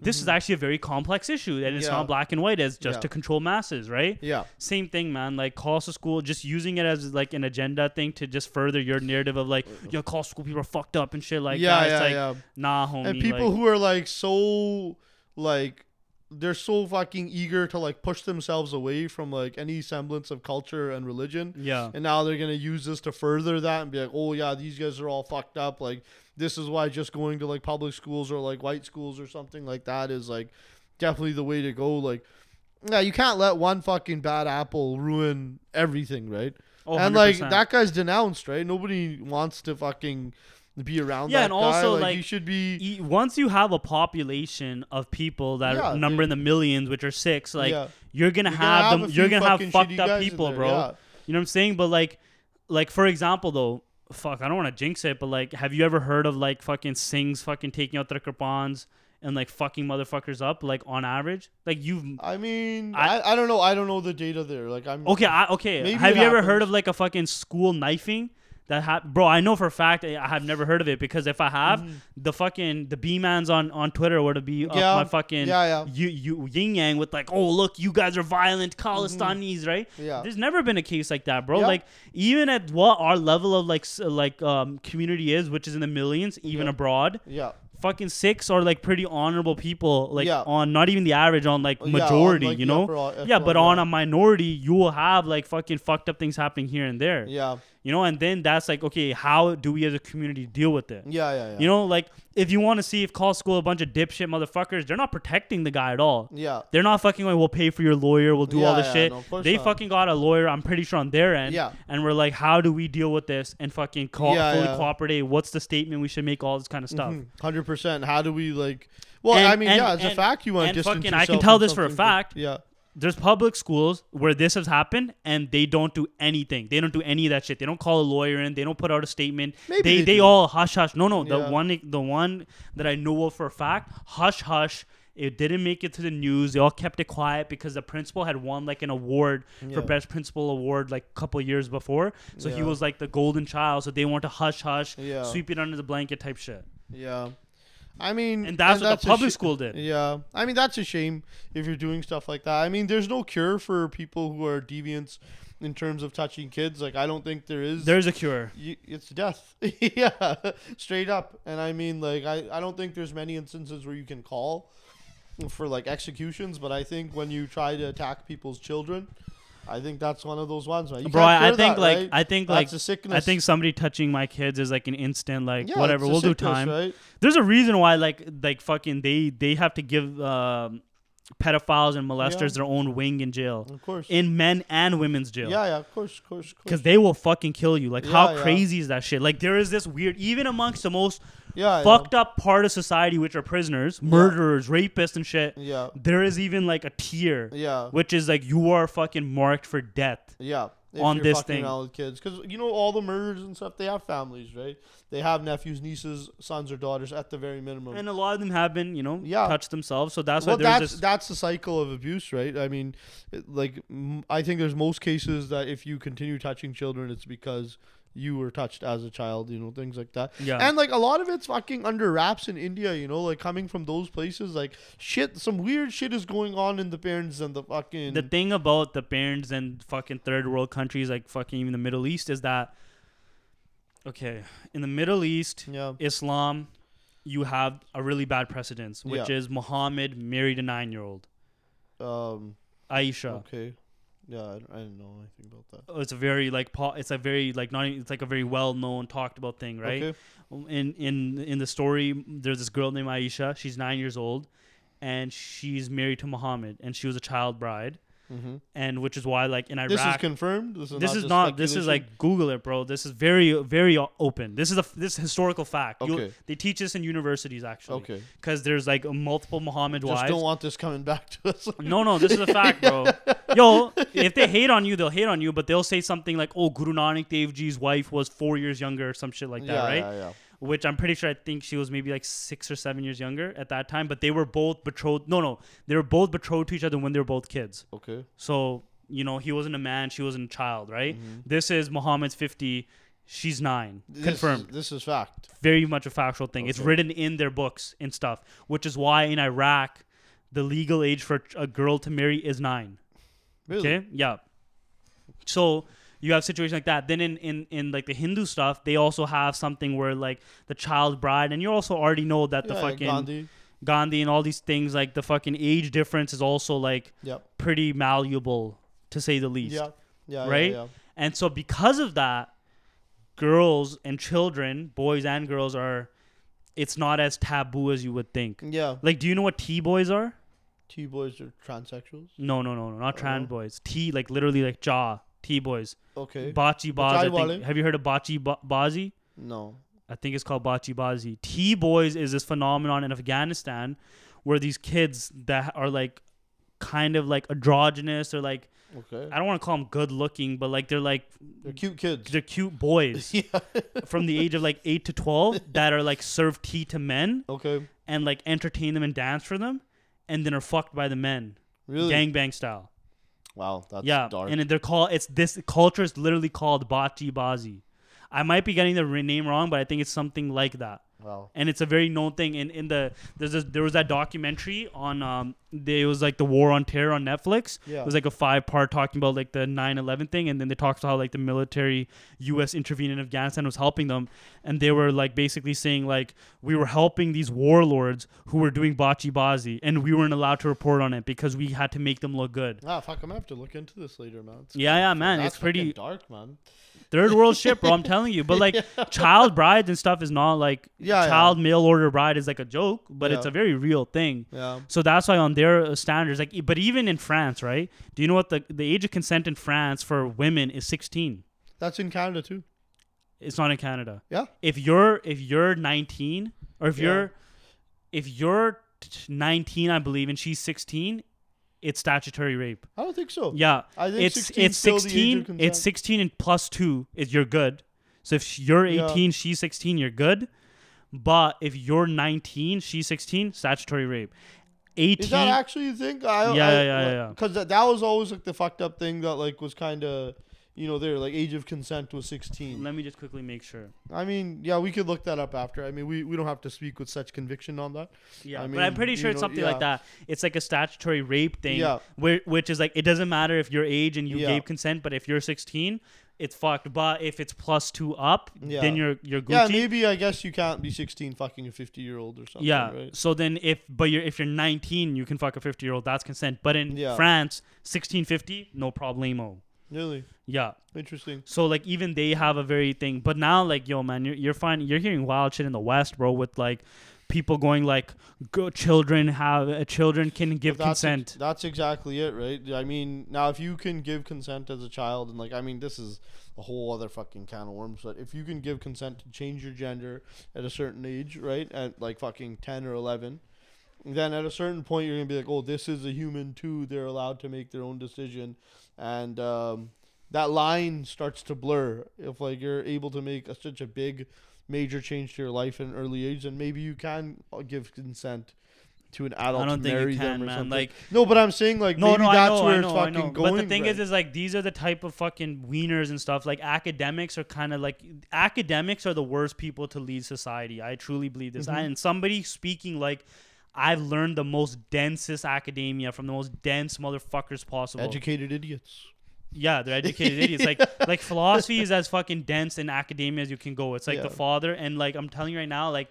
this is actually a very complex issue, and it's
Mm-hmm. Yeah.
not black and white. It's just
Yeah.
to control masses, right?
Yeah.
Same thing, man. Like calls to school, just using it as like an agenda thing to just further your narrative of like, yo, call school people are fucked up and shit like
yeah,
that. It's
yeah,
like,
yeah.
nah, homie.
and people
like-
who are like so like they're so fucking eager to like push themselves away from like any semblance of culture and religion
yeah,
and now they're gonna use this to further that and be like oh yeah these guys are all fucked up like this is why just going to like public schools or like white schools or something like that is like definitely the way to go like yeah you can't let one fucking bad apple ruin everything right
oh,
and like
100%.
that guy's denounced right nobody wants to fucking be around
Yeah, and
that guy.
also,
like
like,
you should be
e- once you have a population of people that
Yeah,
number in
they-
the millions, which are six, like
Yeah.
you're gonna
You're
have
a
them. You're
few
gonna have
fucking
fucked
shitty
up
guys in
people,
there,
bro.
yeah.
You know what I'm saying? But like, like for example, though, fuck, I don't want to jinx it, but like, have you ever heard of like fucking Singhs fucking taking out their coupons and like fucking motherfuckers up like on average? Like you've
I mean,
I-
I, I don't know. I don't know the data there. Like I'm
okay, I, okay.
Maybe
have
it
you ever heard of
happens.
like a fucking school knifing? That hap- bro, I know for a fact eh, I I have never heard of it because if I have, the fucking the B mans on on Twitter were to be
Mm. Yeah.
up my fucking
Yeah, yeah.
you you yin yang with like, oh look, you guys are violent Khalistanis, right?
Mm-hmm. Yeah.
There's never been a case like that, bro.
Yeah.
Like even at what our level of like s- like um community is, which is in the millions, even
Yeah.
abroad,
Yeah.
fucking six are like pretty honorable people, like
Yeah.
on not even the average, on like
Yeah, on,
majority,
like,
you
the
know?
upper- upper
yeah, but
level.
on a minority, you will have like fucking fucked up things happening here and there,
Yeah.
you know? And then that's like, okay, how do we as a community deal with it?
Yeah. Yeah. Yeah.
You know, like if you want to see if call school a bunch of dipshit motherfuckers, they're not protecting the guy at all.
Yeah.
They're not fucking like, we'll pay for your lawyer, we'll do all
Yeah,
this
yeah,
shit.
no, of course
they
not.
fucking got a lawyer, I'm pretty sure, on their end.
Yeah.
And we're like, how do we deal with this and fucking co-
Yeah,
fully
yeah. Mm-hmm.
cooperate? What's the statement we should make? All this kind of stuff.
Hundred percent. How do we like? Well,
And-
I mean,
and-
yeah, it's
and-
a fact. You want
and
to distance
fucking- I can
yourself
tell
from
this for a
something
fact.
yeah.
There's public schools where this has happened and they don't do anything. They don't do any of that shit. They don't call a lawyer in. They don't put out a statement.
Maybe
they,
they
they
do.
all hush hush. No, no, the
Yeah.
one the one that I know of for a fact, hush hush. It didn't make it to the news. They all kept it quiet because the principal had won like an award
Yeah.
for best principal award like a couple years before. So he
Yeah.
was like the golden child. So they want to hush hush,
Yeah.
sweep it under the blanket type shit.
Yeah. I mean,
And that's what the
a
public
sh-
school did.
Yeah, I mean that's a shame if you're doing stuff like that. I mean, there's no cure for people who are deviants in terms of touching kids. Like, I don't think there is.
There's a cure.
you, it's death. yeah, straight up. And I mean, like, I, I don't think there's many instances where you can call for like executions, but I think when you try to attack people's children, I think that's one of those ones. Man. You
Bro,
can't
I, I
cure
think
that,
like
right?
I think
that's
like
a sickness.
I think somebody touching my kids is like an instant like
Yeah,
whatever.
it's a
We'll do
sickness,
time.
right?
There's a reason why like like fucking they they have to give um, pedophiles and molesters
Yeah.
their own wing in jail,
Of course.
in men and women's jail.
yeah, yeah, of course, of course, of course.
Cause they will fucking kill you. Like how
Yeah, yeah.
crazy is that shit? Like there is this weird, even amongst the most
yeah,
fucked up part of society, which are prisoners, murderers, rapists, and shit.
Yeah,
There is even like a tier,
yeah, yeah,
which is like you are fucking marked for death.
yeah. If
on
you're
this
fucking
thing.
around with kids, because you know all the murders and stuff, they have families, right? They have nephews, nieces, sons, or daughters at the very minimum.
And a lot of them have been, you know,
Yeah.
touched themselves. So that's
well,
why there's
that's
this.
that's the cycle of abuse, right? I mean, it- like m- I think there's most cases that if you continue touching children, it's because you were touched as a child, you know, things like that.
Yeah.
And like a lot of it's fucking under wraps in India, you know, like coming from those places, like shit, some weird shit is going on in the parents and the fucking.
the thing about the parents and fucking third world countries like fucking even the Middle East is that okay, in the Middle East,
yeah.
Islam, you have a really bad precedence, which
Yeah.
is Muhammad married a nine year old.
Um.
Aisha.
Okay. Yeah, I, don't- I didn't know anything about that.
Oh, It's a very like po- it's a very like not even- it's like a very well known talked about thing, right?
Okay.
in in in the story there's this girl named Aisha she's nine years old and she's married to Muhammad and she was a child bride
Mhm.
and which is why like in Iraq
This is confirmed. This is
this
not.
is
just
not this is
speculation?
like google it bro this is very very o- open this is a f- this is historical fact You'll-
Okay.
they teach this in universities actually
Okay.
because there's like multiple muhammad
Just
wives
don't want this coming back to us.
no no this is a fact bro yo if they hate on you they'll hate on you but they'll say something like oh guru nanak dev ji's wife was four years younger or some shit like that
yeah,
right
yeah, yeah.
which i'm pretty sure i think she was maybe like six or seven years younger at that time but they were both betrothed no no they were both betrothed to each other when they were both kids
Okay.
so, you know, he wasn't a man, she wasn't a child, right? This is Muhammad's 50, she's nine.
Mm-hmm. This-
Confirmed.
This is fact.
Very much a factual thing. It's
Okay.
written in their books and stuff, which is why in Iraq, the legal age for a girl to marry is nine.
Really?
Okay? Yeah. So you have situations like that. Then in, in, in like the Hindu stuff, they also have something where like the child bride, and you also already know that the
Yeah,
fucking Gandhi.
Gandhi.
and all these things, like the fucking age difference is also like
Yep.
pretty malleable to say the least.
Yeah. Yeah. yeah,
right?
Yeah.
And so because of that, girls and children, boys and girls are it's not as taboo as you would think.
Yeah.
Like do you know what T boys are?
T boys are transsexuals.
No, no, no, no, not trans
Oh.
boys. T like literally like jaw, T boys.
Okay.
Bachi Baz, I
wale.
think. Have you heard of Bachi ba- Bazi?
no.
I think it's called Bachi Bazi. T boys is this phenomenon in Afghanistan where these kids that are like kind of like androgynous or like
Okay.
I don't want to call them good looking, but like they're like
They're cute kids.
they're cute boys.
yeah.
from the age of like 8 to 12 that are like serve tea to men
Okay.
and like entertain them and dance for them and then are fucked by the men
Really?
gangbang style
Wow. That's
yeah
dark.
and they're called it's this culture is literally called bachi bazi i might be getting the re- name wrong but i think it's something like that
wow.
and it's a very known thing in in the there's this, there was that documentary on um they, it was like the war on terror on Netflix.
Yeah.
It was like a five part talking about like the 9/11 thing and then they talked about how like the military US intervened in Afghanistan was helping them and they were like basically saying like we were helping these warlords who were doing bachi bazi and we weren't allowed to report on it because we had to make them look good.
Ah, fuck. I'm gonna have to look into this later, man. It's-
Yeah, yeah, man,
that's
it's pretty
fucking dark, man.
third world shit, bro. I'm telling you. But like child brides and stuff is not like
Yeah,
child mail order bride is like a joke, but it's
Yeah.
a very real thing.
Yeah.
So that's why on their uh, standards, like, e- but even in France, right? Do you know what the the age of consent in France for women is 16?
That's in Canada too.
It's not in Canada.
Yeah.
If you're if you're 19 or if
Yeah.
you're if you're t- 19, I believe, and she's 16, it's statutory rape.
I don't think so.
Yeah,
I think
it's
16
it's
is still the age of
16.
consent.
It's 16 and plus two is you're good. So if sh- you're
Yeah.
18, she's 16, you're good. But if you're 19, she's 16, statutory rape. 18.
Is that actually a thing? I,
Yeah,
I,
yeah, yeah, yeah, yeah.
Because that, that was always like the fucked up thing that like was kind of, you know, there like age of consent was sixteen.
Let me just quickly make sure.
I mean, yeah, we could look that up after. I mean, we, we don't have to speak with such conviction on that.
Yeah,
I
but I'm
mean,
pretty
you
sure it's
know,
something
yeah.
like that. It's like a statutory rape thing,
Yeah.
where, which is like it doesn't matter if your age and you
Yeah.
gave consent, but if you're 16, it's fucked. But if it's plus two up,
Yeah.
then you're you're Gucci.
Yeah, maybe I guess you can't be sixteen fucking a fifty year old or something.
Yeah.
Right?
So then, if but you're if you're 19, you can fuck a 50 year old. That's consent. But in
Yeah.
France, 1650, no problemo.
Really
Yeah.
interesting.
So like even they have a very thing. But now like yo man, you're you're finding you're hearing wild shit in the West, bro, with like people going like go, children have uh, children can give
But that's ex-
consent.
that's exactly it, right? I mean, now if you can give consent as a child, and like, I mean, this is a whole other fucking can of worms. But if you can give consent to change your gender at a certain age, right, at like fucking ten or eleven, then at a certain point you're gonna be like, oh, this is a human too. They're allowed to make their own decision, and um, that line starts to blur if like you're able to make a, such a big major change to your life at an early age then maybe you can uh, give consent to an adult
I don't
to
think
marry
you can,
them or
man.
something
Like
no, but I'm saying like
no,
maybe
no, I
that's
know,
where
I
it's
know, I
fucking
know.
going.
But the thing is,
right?
is like these are the type of fucking wieners and stuff. Like academics are kind of like academics are the worst people to lead society. I truly believe this.
Mm-hmm.
I, and somebody speaking like. I've learned the most densest academia from the most dense motherfuckers possible.
educated idiots.
Yeah, they're educated idiots. Like like philosophy is as fucking dense in academia as you can go. It's like the
Yeah.
father and like I'm telling you right now, like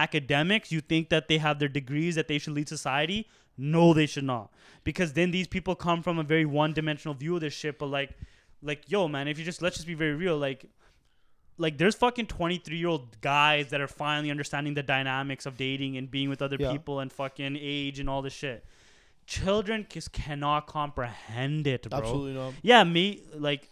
academics, you think that they have their degrees that they should lead society. No, they should not. Because then these people come from a very one dimensional view of this shit. But like like yo man, if you just let's just be very real, like like there's fucking 23 year old guys that are finally understanding the dynamics of dating and being with other
Yeah.
people and fucking age and all this shit children just cannot comprehend it, bro.
Absolutely not.
Yeah, me like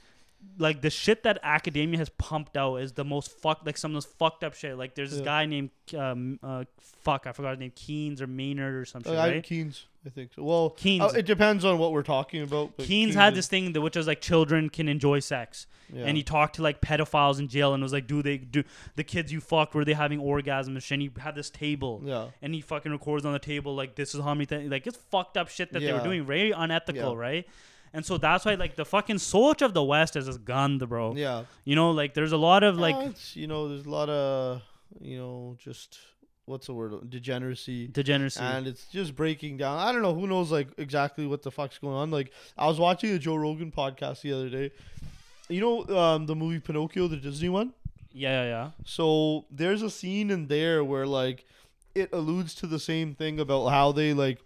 like the shit that academia has pumped out is the most fucked like some of those fucked up shit. Like there's this
Yeah.
guy named um uh fuck I forgot his name Keens or Maynard or some shit.
Uh, I,
right?
Keens, I think. So. Well,
Keens.
uh, it depends on what we're talking about. but
Keens, had
is-
this thing that which was like children can enjoy sex,
Yeah.
and he talked to like pedophiles in jail and was like, do they do the kids you fucked were they having orgasms? And he had this table.
yeah.
and he fucking records on the table like this is how many things like it's fucked up shit that they were
Yeah.
doing very unethical
Yeah.
right and so that's why like the fucking soul of the west is just gone bro
Yeah.
you know like there's a lot of like
Uh, it's, you know, there's a lot of, you know, just what's the word? Degeneracy.
degeneracy
and it's just breaking down. I don't know who knows like exactly what the fuck's going on. Like I was watching the Joe Rogan podcast the other day. You know um, the movie Pinocchio, the Disney one.
yeah yeah yeah
So there's a scene in there where like it alludes to the same thing about how they like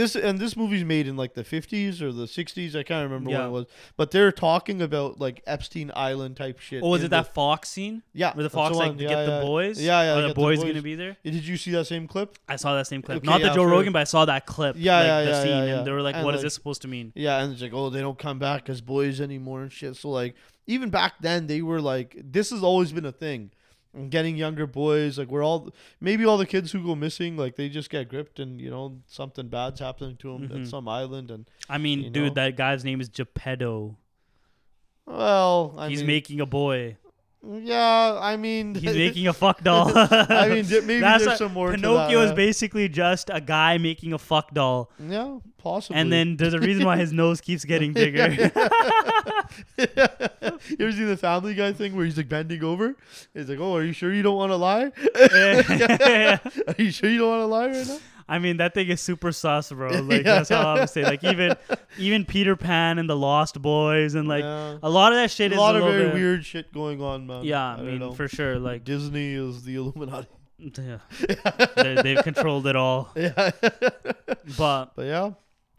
this and this movie's made in like the 50s or the 60s. I can't remember when
Yeah.
it was, but they're talking about like Epstein Island type shit.
oh was
in
it
the-
that fox scene
yeah,
where the
that's
fox like
one.
to
Yeah,
get
yeah.
the boys
Yeah, yeah,
are
get
the boys, gonna be there
Did you see that same clip?
i saw that same clip
Okay,
not the
yeah,
joe
for-
rogan but i saw that clip
Yeah,
like,
yeah,
the
yeah,
scene
yeah, yeah.
and they were like
And,
what is
like-
this supposed to mean
Yeah, and it's like, oh, they don't come back as boys anymore and shit. So like, even back then, they were like, this has always been a thing. And Getting younger boys, like we're all maybe all the kids who go missing, like they just get gripped and you know something bad's happening to them
Mhm.
at some island. And
i mean
You
dude
know?
that guy's name is geppetto
well, I
he's
mean,
making a boy
yeah, I mean,
He's making a fuck doll.
I mean, d- maybe
That's
there's
what-
some more.
Pinocchio
to
is
that,
basically just a guy making a fuck doll,
yeah. yeah, possibly.
and then there's a reason why his nose keeps getting bigger.
you ever seen the Family Guy thing where he's like bending over? He's like, oh, are you sure you don't want to lie? Are you sure you don't want to lie right now?
I mean, that thing is super sus, bro. Like
Yeah.
that's how I would say. Like even even Peter Pan and the Lost Boys, and like
Yeah.
a lot of that shit
a
is
lot
a
of
little
very
bit-
weird shit going on, man.
Yeah, I,
don't
mean,
know.
for sure. Like
Disney is the Illuminati.
yeah. they, they've controlled it all,
Yeah,
but
but yeah,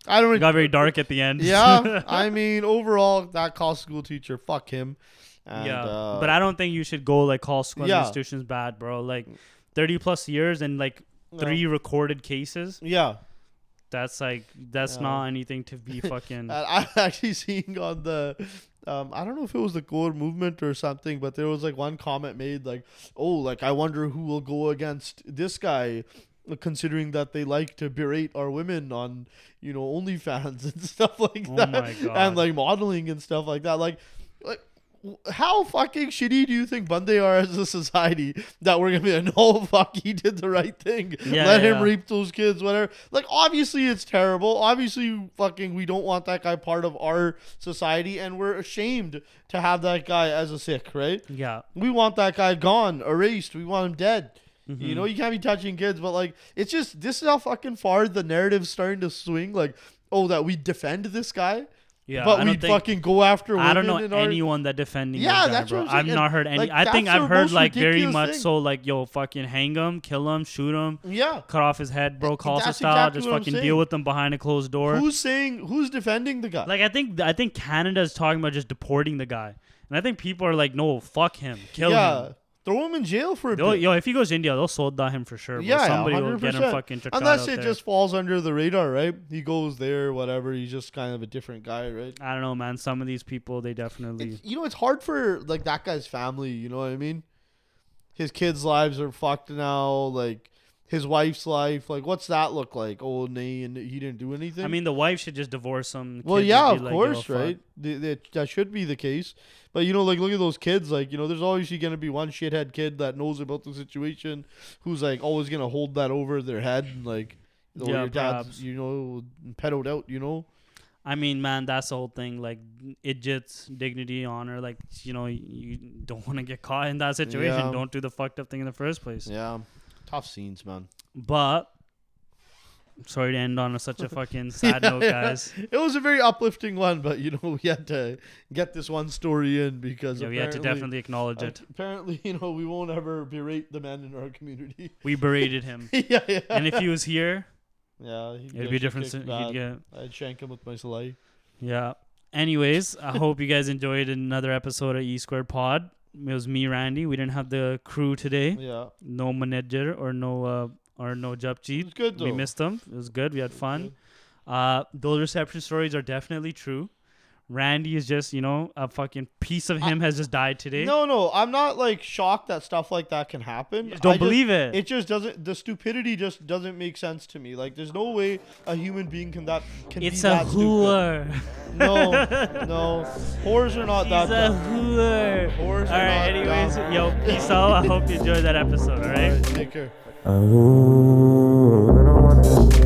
I don't.
it
Really,
got very dark at the end.
yeah, I mean, overall, that college school teacher, fuck him. And,
yeah,
uh,
but I don't think you should go like call school
Yeah.
institutions bad, bro. Like thirty plus years and like
you know,
three recorded cases.
Yeah,
That's like that's
Yeah. Uh,
not anything to be fucking.
I, I actually seen on the. Um, I don't know if it was the core movement or something, but there was like one comment made like, "Oh, like I wonder who will go against this guy." Considering that they like to berate our women on, you know, OnlyFans and stuff like
Oh
that,
my God.
and like modeling and stuff like that, like, like w- how fucking shitty do you think Bundy are as a society that we're gonna be like, no fuck, he did the right thing,
Yeah,
let
yeah,
him
yeah.
rape those kids, whatever. Like, obviously, it's terrible. Obviously, fucking, we don't want that guy part of our society, and we're ashamed to have that guy as a sick, right?
yeah,
We want that guy gone, erased. We want him dead.
Mm-hmm.
You know, you can't be touching kids, but like, it's just this is how fucking far the narrative's starting to swing. Like, oh, that we defend this guy,
yeah.
but
I
we
don't think
fucking go after. Women
I don't know
in our-
anyone that defending.
Yeah,
Yeah,
that's
bro.
what I'm saying.
I've not heard any.
Like,
I think
that's
I've
the
heard
most
like very
ridiculous
much
thing.
so like yo fucking hang him, kill him, shoot him,
yeah.
cut off his head, bro. Call us
That's
style,
exactly
just
what I'm
fucking
saying.
deal with them behind a closed door.
Who's saying? Who's defending the guy?
like I think I think Canada is talking about just deporting the guy, and I think people are like, no, fuck him, kill
yeah,
him.
throw him in jail for a
They'll,
bit.
yo, if he goes to India, they'll solda him for sure. Bro.
Yeah, yeah,
somebody will get him
100%.
fucking. checked out
Unless
out
it
there.
just falls under the radar, right? He goes there, whatever. He's just kind of a different guy, right?
I don't know, man. Some of these people, they definitely.
It's, you know, it's hard for like that guy's family. You know what I mean? His kids' lives are fucked now. Like his wife's life. Like, what's that look like? Oh, nay, and he didn't do anything.
I mean, the wife should just divorce him.
well,
Kids
yeah,
would
of
be like,
course,
"Yo, fuck."
right? Th- that- that should be the case. But you know, like, look at those kids. Like, you know, there's always going to be one shithead kid that knows about the situation, who's like always going to hold that over their head and like. You know,
Yeah,
your dad's,
perhaps.
you know, peddled out, you know?
I mean, man, that's the whole thing. Like, idjits, dignity, honor. Like, you know, you, you don't want to get caught in that situation.
Yeah.
Don't do the fucked up thing in the first place.
Yeah. Tough scenes, man.
But sorry to end on a, such a fucking sad note,
yeah.
guys.
It was a very uplifting one, but you know we had to get this one story in because
Yeah, we had to
apparently-
definitely acknowledge it.
Apparently, you know we won't ever berate the man in our community.
We berated him,
yeah, yeah,
and if he was here,
yeah. he'd
it'd
get
be a different. si-
kicked
He'd
bad.
get
I'd shank him with my sleigh.
Yeah. Anyways, I hope you guys enjoyed another episode of E Squared Pod. It was me, Randy. We didn't have the crew today.
Yeah,
No manager or no uh, or no
It
Japji.
was good though.
We missed them. It was good. We had
It was
fun. Uh, those reception stories are definitely true. Randy is just, you know, a fucking piece of him has just died today.
good. No, no, I'm not like shocked that stuff like that can happen.
You just don't
I just-
believe it.
It just doesn't. The stupidity just doesn't make sense to me. Like, there's no way a human being can that can
It's
be
a
that stupid.
whore.
No, no, whores are not
She's
that.
a
dumb.
whore. All
Whores are
right.
not
Anyways,
dumb.
yo, peace out. I hope you enjoyed that episode. All right.
Take care.
Oh, I don't want to.